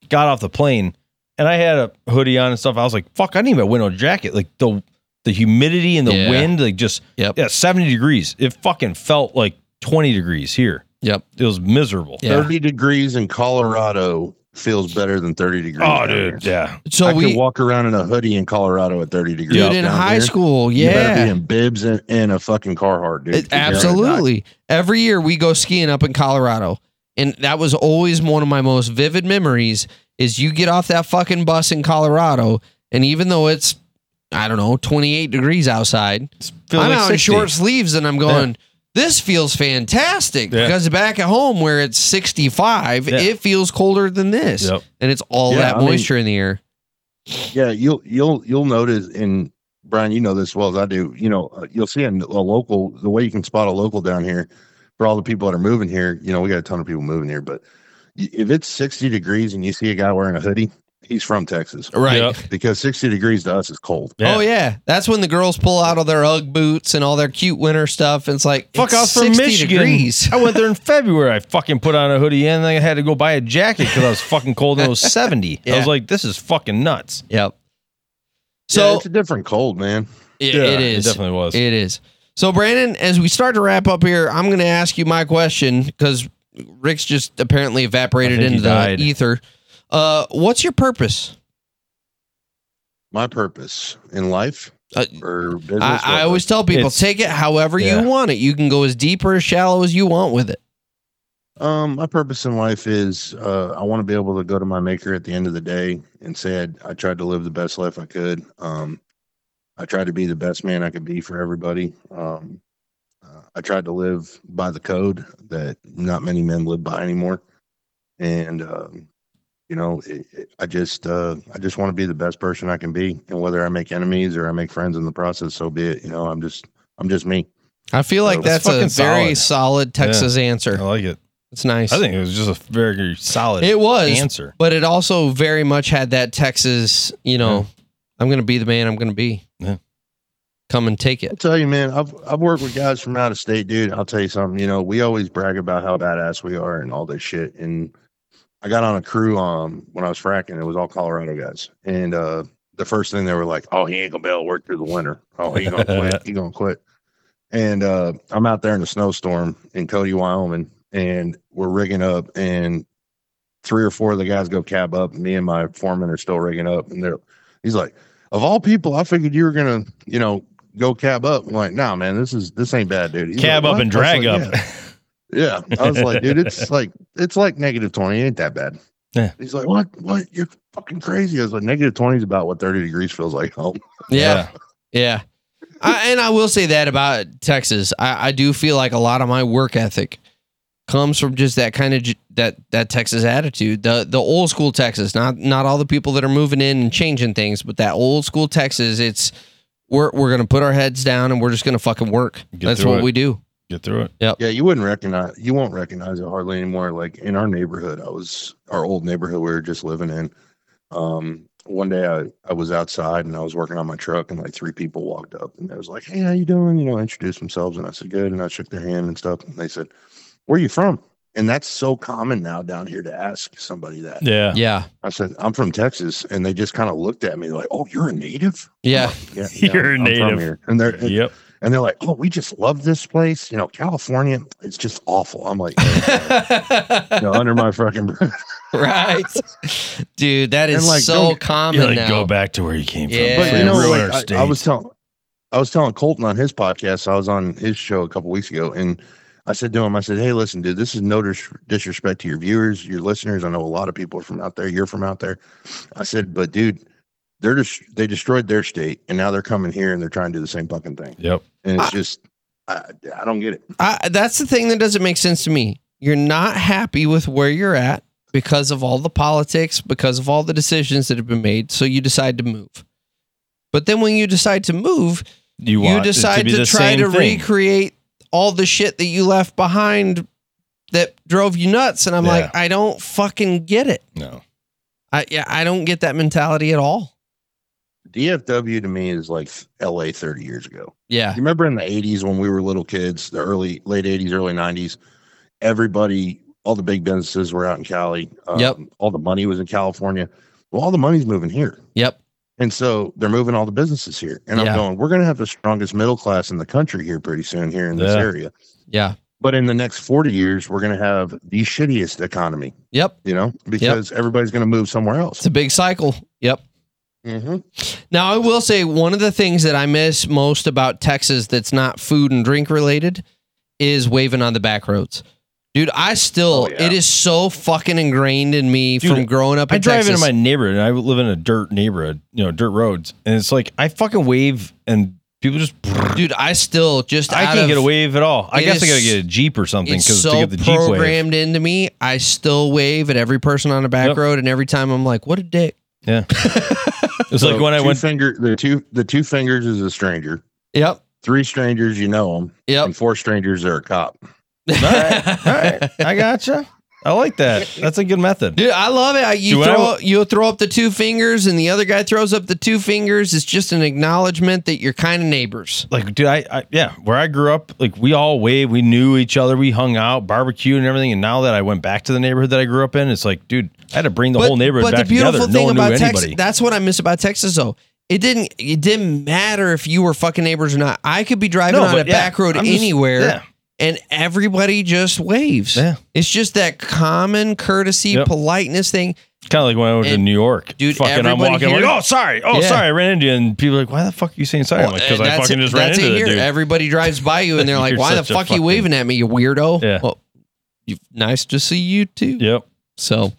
Got off the plane and I had a hoodie on and stuff. I was like, fuck, I need my winter jacket. Like the the humidity and the
Yeah.
wind, like just
Yep.
yeah, 70 degrees. It fucking felt like 20 degrees here.
Yep.
It was miserable.
Yeah.
30 degrees in Colorado feels better than 30 degrees.
Oh
down here.
dude. Yeah.
so
I
we,
could walk around in a hoodie in Colorado at 30 degrees.
dude,
down
in high
here.
school,
You better
yeah.
be in bibs and, and a fucking Carhartt, dude.
It-
You're gonna die.
absolutely. Every year we go skiing up in Colorado, and that was always one of my most vivid memories. Is you get off that fucking bus in Colorado, and even though it's I don't know 28 degrees outside,
Feels
I'm
like
out
60.
in short sleeves, and I'm going. This feels fantastic
Yeah.
because back at home where it's 65,
Yeah.
it feels colder than this,
Yep.
and it's all
Yeah,
that
I mean-
moisture in the air.
Yeah, you'll you'll you'll notice, and Brian, you know this as well as I do. You know, uh, you'll see in a local the way you can spot a local down here for all the people that are moving here. You know, we got a ton of people moving here, but y- if it's sixty degrees and you see a guy wearing a hoodie, he's from Texas
Right.
Yep.
because sixty degrees to us is cold.
Yeah.
Oh yeah, that's when the girls pull out all their UGG boots and all their cute winter stuff. And it's like
Fuck,
it's
I was from
60
Michigan.
Degrees. (laughs)
(laughs) I went there in February. I fucking put on a hoodie and then I had to go buy a jacket because I was fucking cold and it was 70. I
Yeah.
was like, this is fucking nuts.
Yep.
So
So
it's a different cold, man.
it, it is.
It definitely was.
It is. So Brandon, as we start to wrap up here, I'm going to ask you my question because Rick's just apparently
I
evaporated
think he
into the
died.
ether. Uh, what's your purpose?
My purpose in life
Uh,
or business.
I, I
whatever.
always tell people
It's-
take it however
yeah.
you want it. You can go as deep or as shallow as you want with it.
Um, my purpose in life is uh, I want to be able to go to my maker at the end of the day and say I, I tried to live the best life I could. Um, I tried to be the best man I could be for everybody. Um, uh, I tried to live by the code that not many men live by anymore, and um, you know, it, it- I just uh, I just want to be the best person I can be, and whether I make enemies or I make friends in the process, so be it. You know, I'm just I'm just me.
I feel like
Well,
that's,
that's
a
fucking
very solid Texas answer.
I like it.
It's nice.
Oh. I think it was just a very solid
it was,
answer.
but it also very much had that Texas, you know, I'm going to be the man I'm going to be.
Yeah.
Come and take it.
I'll tell you, man, I've I've worked with guys from out of state, dude. I'll tell you something. You know, we always brag about how badass we are and all this shit. And I got on a crew um when I was fracking, it was all Colorado guys. And uh the first thing they were like, Oh, he ain't gonna be able to work through the winter. Oh, he gonna quit, he gonna quit. And uh I'm out there in a snowstorm in Cody, Wyoming, and we're rigging up and three or four of the guys go cab up, and me and my foreman are still rigging up, and they're he's like, Of all people, I figured you were gonna, you know, go cab up. I'm like, nah, man, this is this ain't bad, dude. He's
Cab
like,
up
"What?"
and
I was
drag
like,
up.
"Yeah." Yeah. I was like,
(laughs)
dude, it's like it's like negative 20. It ain't that bad.
Yeah.
He's like, What? What? You're fucking crazy. I was like, negative 20 is about what 30 degrees feels like. Oh,
(laughs)
Yeah. Yeah. I, and I will say that about Texas. I, I do feel like a lot of my work ethic comes from just that kind of j- that that Texas attitude, the the old school Texas. Not not all the people that are moving in and changing things, but that old school Texas. It's we're we're gonna put our heads down and we're just gonna fucking work.
Get
That's
through
what
it.
we do.
Get through it.
yeah, you wouldn't recognize you won't recognize it hardly anymore. Like in our neighborhood, I was our old neighborhood we were just living in. Um one day I, I was outside and I was working on my truck and like three people walked up and they was like, Hey, how you doing? You know, introduced themselves and I said, Good. And I shook their hand and stuff. And they said, Where you from? And that's so common now down here to ask somebody that.
Yeah.
Yeah.
I said, I'm from Texas. And they just kind of looked at me like, Oh, you're a native?
Yeah.
Yeah.
(laughs) You're a
I'm from
native.
here." And they're and,
Yep.
they're like, Oh, we just love this place. You know, California, it's just awful. I'm like, you know, under my fucking (laughs) breath.
(laughs) right. Dude, that is
And, like,
so
don't-
common
You're like,
now.
go back to where you came
Yeah.
from.
But you know,
Ruin our
like, I- I,
state.
was telling I was telling Colton on his podcast, I was on his show a couple weeks ago, and I said to him, I said, Hey, listen, dude, this is no dis- disrespect to your viewers, your listeners. I know a lot of people are from out there. You're from out there. I said, But dude, they're just they destroyed their state and now they're coming here and they're trying to do the same fucking thing.
Yep.
And it's just I, I don't get it.
I, that's the thing that doesn't make sense to me. You're not happy with where you're at because of all the politics, because of all the decisions that have been made. So you decide to move. But then when you decide to move, you,
want it
decide
be
to,
the
try
same
to
thing.
recreate all the shit that you left behind that drove you nuts. And I'm like, I don't fucking get it.
No.
I yeah, I don't get that mentality at all.
DFW to me is like LA 30 years ago.
Yeah.
You remember in the 80s when we were little kids, the early, late 80s, early 90s, everybody, all the big businesses were out in Cali. Um,
Yep.
All the money was in California. Well, all the money's moving here.
Yep.
And so they're moving all the businesses here. And
Yeah.
I'm going, we're going to have the strongest middle class in the country here pretty soon here in this
Yeah.
area.
Yeah.
But in the next 40 years, we're going to have the shittiest economy,
Yep.
you know, because everybody's going to move somewhere
It's
else.
a big cycle. Yep.
Mm-hmm.
Now, I will say one of the things that I miss most about Texas that's not food and drink related is waving on the back roads. Dude, I still,
Oh, yeah.
it is so fucking ingrained in me
Dude,
from growing up in
I drive
Texas.
into my neighborhood and I live in a dirt neighborhood, you know, dirt roads. And it's like I fucking wave and people just
Dude, I still just,
I
out
can't
of-
get a wave at all. I
It
guess I
is-
gotta get a Jeep or something
It's
because to
so
get the Jeep wave.
programmed into me. I still wave at every person on the back
Yep.
road, and every time I'm like, "What a dick!"
It's like when I
(laughs)
went
finger, the two, the two fingers is a stranger,
Yep,
three strangers, you know them,
yep.
and four strangers are a cop.
All right, I gotcha. I like that. That's a good method.
Dude, I love it. I- You
Dude, when I
throw
wa-
you throw up the two fingers, and the other guy throws up the two fingers. It's just an acknowledgement that you're kind of neighbors.
Like, dude, I, I yeah, where I grew up, like we all waved, we knew each other, we hung out, barbecued and everything. And now that I went back to the neighborhood that I grew up in, it's like, dude, I had to bring the whole neighborhood back together. No one knew
about
anybody.
Texas, that's what I miss about Texas, though. It didn't. It didn't matter if you were fucking neighbors or not. I could be driving on a
but yeah,
back road
I'm just-
anywhere,
yeah.
and everybody just waves.
Yeah.
It's just that common courtesy,
Yep.
politeness thing.
Kind of like when I went to
And,
New York.
dude,
fucking, I'm
everybody
walking
here-
like, oh, sorry, oh,
Yeah.
sorry, I ran into you, and people are like, why the fuck are you saying sorry? I'm like, because
Well,
I
that's
fucking
it-
just ran
that's
into
it
the
here.
dude.
Everybody drives by you,
(laughs)
and they're like,
You're
"Why the
such a
fuck you
fucking-
waving at me, you weirdo?"
Yeah.
Well, you, nice to see you too.
yep.
So,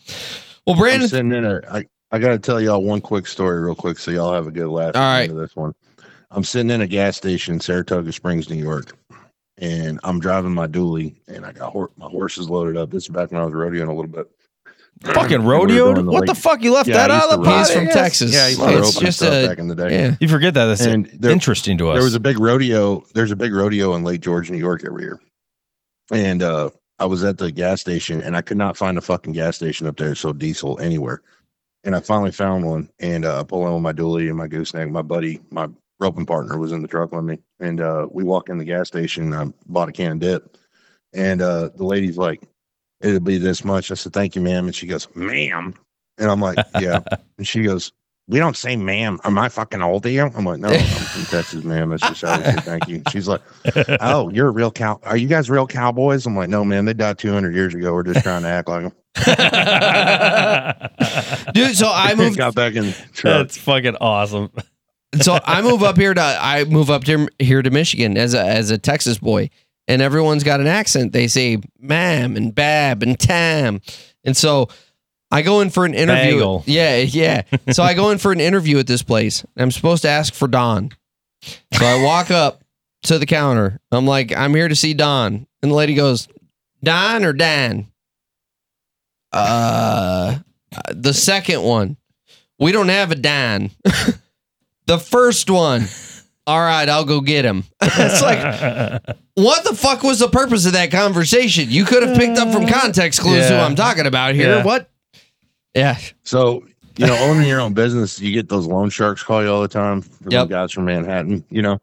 well,
I'm
Brandon,
sitting in a. I, I got to tell y'all one quick story real quick so y'all have a good laugh.
All
at the
right.
end of this one. I'm sitting in a gas station in Saratoga Springs, New York, and I'm driving my dually, and I got hor- my horses loaded up. This is back when I was rodeoing a little bit.
(clears throat) Fucking
We were going
rodeoed.
to
what the
Lake-
fuck? You left
Yeah,
that
I
out
used
of the
to rodeoed.
podcast?
He's from Texas.
Yeah,
A
he's
lot of
it's
open
just
stuff
a
back in the day.
yeah.
You forget that. That's
And there-
interesting to us.
There was a big rodeo. There's a big rodeo in Lake George, New York every year. And uh I was at the gas station and I could not find a fucking gas station up there. So diesel anywhere. And I finally found one and uh I pull in with my dually and my gooseneck. My buddy, my roping partner was in the truck with me. And uh we walk in the gas station. I bought a can of dip. And uh the lady's like, it'll be this much. I said, Thank you, ma'am. And she goes, ma'am. And I'm like,
(laughs)
Yeah. and she goes, we don't say ma'am. Am I fucking old to you? I'm like,
(laughs)
no, I'm from Texas, ma'am. That's just how we say thank you. She's like, oh, you're a real cow. Are you guys real cowboys? I'm like, no, man. They died 200 years ago. We're just trying to act like them.
(laughs)
Dude, so
(laughs)
I moved
Got
(laughs)
back in. the truck.
That's fucking
(laughs)
awesome.
so I move up here to I move up to, here to Michigan as a as a Texas boy, and everyone's got an accent. They say "mam" and "bab" and "tam," and so I go in for an interview.
Bagel.
Yeah, yeah. So I go in for an interview at this place. I'm supposed to ask for Don. So I walk up to the counter. I'm like, I'm here to see Don, and the lady goes, "Don or Dan?" Uh, the second one. We don't have a Dan. (laughs) The first one. All right, I'll go get him. it's
(laughs)
like, what the fuck was the purpose of that conversation? You could have picked up from context clues who
Yeah.
I'm talking about here.
Yeah.
What? Yeah.
So, you know, owning your own business, you get those loan sharks call you all the time. For
Yep.
them guys from Manhattan, you know.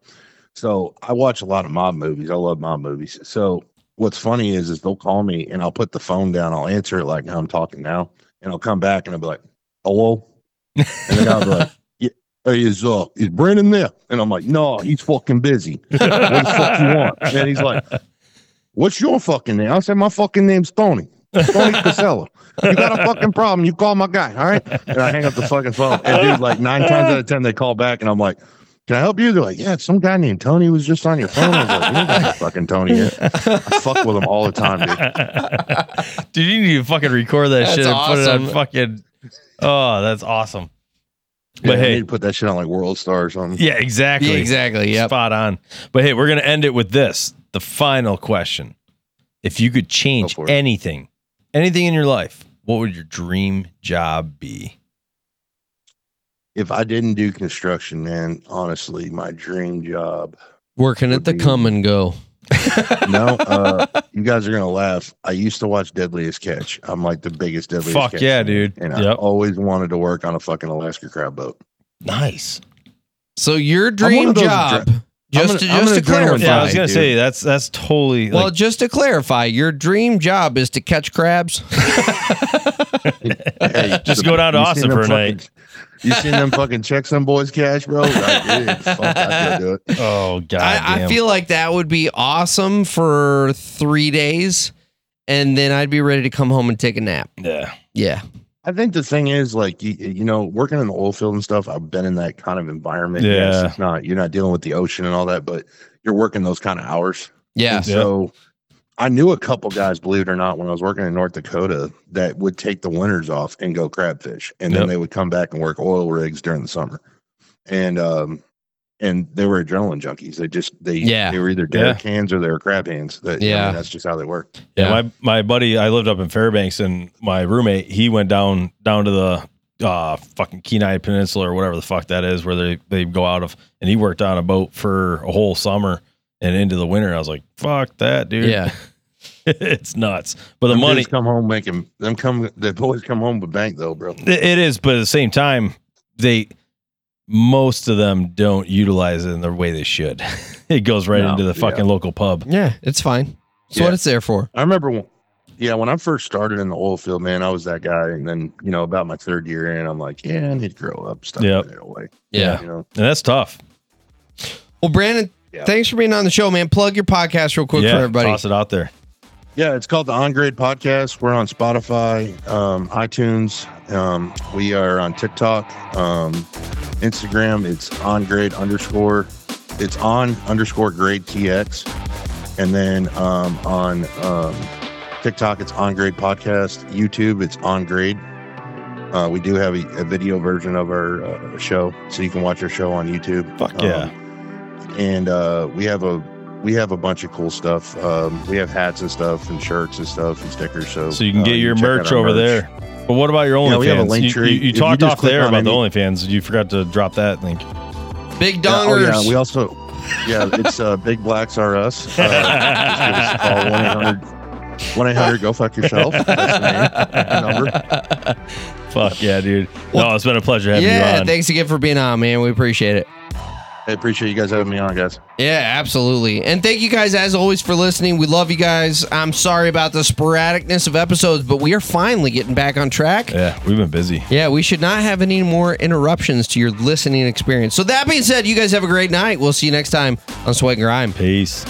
So I watch a lot of mob movies. I love mob movies. So what's funny is, is they'll call me and I'll put the phone down. I'll answer it like how I'm talking now, and I'll come back and I'll be like, "Hello," and the guy'll be like, yeah, hey, "Is uh, is Brandon there?" And I'm like, "No, he's fucking busy." what the fuck you want? And he's like, What's your fucking name? I said, My fucking name's Tony. Tony Casella. You got a fucking problem. You call my guy. All right. And I hang up the fucking phone. And dude, like nine times out of ten, they call back and I'm like, Can I help you? They're like, Yeah, some guy named Tony was just on your phone. I was like, "We don't got no fucking Tony yet. I fuck with him all the time, dude.
Dude, you need to fucking record that
That's
shit and put it on
awesome.
fucking. Oh, that's awesome.
Yeah,
But
I
hey,
need to put that shit on like World Star or something.
yeah, exactly.
Yeah, exactly. Yep.
Spot on. But hey, we're going to end it with this the final question. If you could change
for it.
anything, anything in your life, what would your dream job be?
If I didn't do construction, man, honestly, my dream job
Working at the come and go.
no, uh, you guys are gonna laugh. I used to watch Deadliest Catch. I'm like the biggest Deadliest
Fuck
Catch
yeah,
fan,
dude.
And I
Yep.
always wanted to work on a fucking Alaska crab boat.
Nice.
So your
one
dream
of those
job.
I'm
just to,
an- I'm
just to
an adrenaline
clarify.
Yeah, I was
Fine,
gonna
dude.
say that's that's totally
Well,
like,
just to clarify, your dream job is to catch crabs.
Hey,
(laughs) Just go down to
you
Austin
seen them
for a night.
fucking- You seen them fucking check some boys cash, bro? Like, yeah, fuck, I could do it.
oh god.
I, I feel like that would be awesome for three days, and then I'd be ready to come home and take a nap.
yeah.
Yeah.
I think the thing is, like, you, you know, working in the oil field and stuff, I've been in that kind of environment.
Yeah.
Yes, it's not, you're not dealing with the ocean and all that, but you're working those kind of hours.
Yeah.
And so I knew a couple guys, believe it or not, when I was working in North Dakota that would take the winters off and go crab fish. And then
Yep.
they would come back and work oil rigs during the summer. And um and they were adrenaline junkies. They just they
Yeah.
they were either
Yeah.
dead hands or they were crab hands. That yeah,
Yeah.
that's just how they work.
Yeah,
Yeah.
my my buddy, I lived up in Fairbanks, and my roommate, he went down down to the uh, fucking Kenai Peninsula or whatever the fuck that is, where they they go out of, and he worked on a boat for a whole summer and into the winter. I was like, fuck that, dude.
Yeah.
(laughs) it's nuts. But the
Them
money,
dudes come home making them come the boys come home with bank though, bro.
it it is. But at the same time, they most of them don't utilize it in the way they should. (laughs) it goes right
No,
into the
yeah.
fucking local pub.
Yeah. It's fine. It's
Yeah.
what it's there for.
I remember, when, yeah, when I first started in the oil field, man, I was that guy. And then, you know, about my third year in, I'm like, yeah, I need to grow up, stop
Yep.
putting it away.
Yeah.
You know,
And that's tough.
Well, Brandon,
Yeah.
thanks for being on the show, man. Plug your podcast real quick
yeah,
for everybody.
toss it out there.
Yeah, it's called the On Grade Podcast. We're on Spotify, um, iTunes. Um, we are on TikTok, um, Instagram. It's on grade underscore. It's on underscore grade TX. And then um, on um, TikTok, it's on grade podcast. YouTube, it's on grade. Uh, we do have a, a video version of our uh, show, so you can watch our show on YouTube.
Fuck yeah.
Um, and uh, we have a we have a bunch of cool stuff. Um, we have hats and stuff and shirts and stuff and stickers. So,
So you can
uh,
get your
check out
merch
our
over
merch.
there. But what about your OnlyFans?
Yeah, we have a link
you,
tree.
you- you
If you
talked
just
off
click
there
on
about the
any-
OnlyFans. You forgot to drop that
(laughs)
link.
Big
Yeah, oh,
dongers.
yeah, we also, yeah, it's uh, Big Blacks
(laughs)
Are Us. Uh, One eight hundred, go fuck yourself. That's
(laughs)
the name, number.
Fuck yeah, dude. No, it's been a pleasure having you
yeah,
on.
thanks again for being on, man. We appreciate it.
I appreciate you guys having me on, guys.
Yeah, absolutely. And thank you guys, as always, for listening. We love you guys. I'm sorry about the sporadicness of episodes, but we are finally getting back on track.
yeah, we've been busy.
Yeah, we should not have any more interruptions to your listening experience. So, that being said, you guys have a great night. We'll see you next time on Sweat and Grime.
Peace.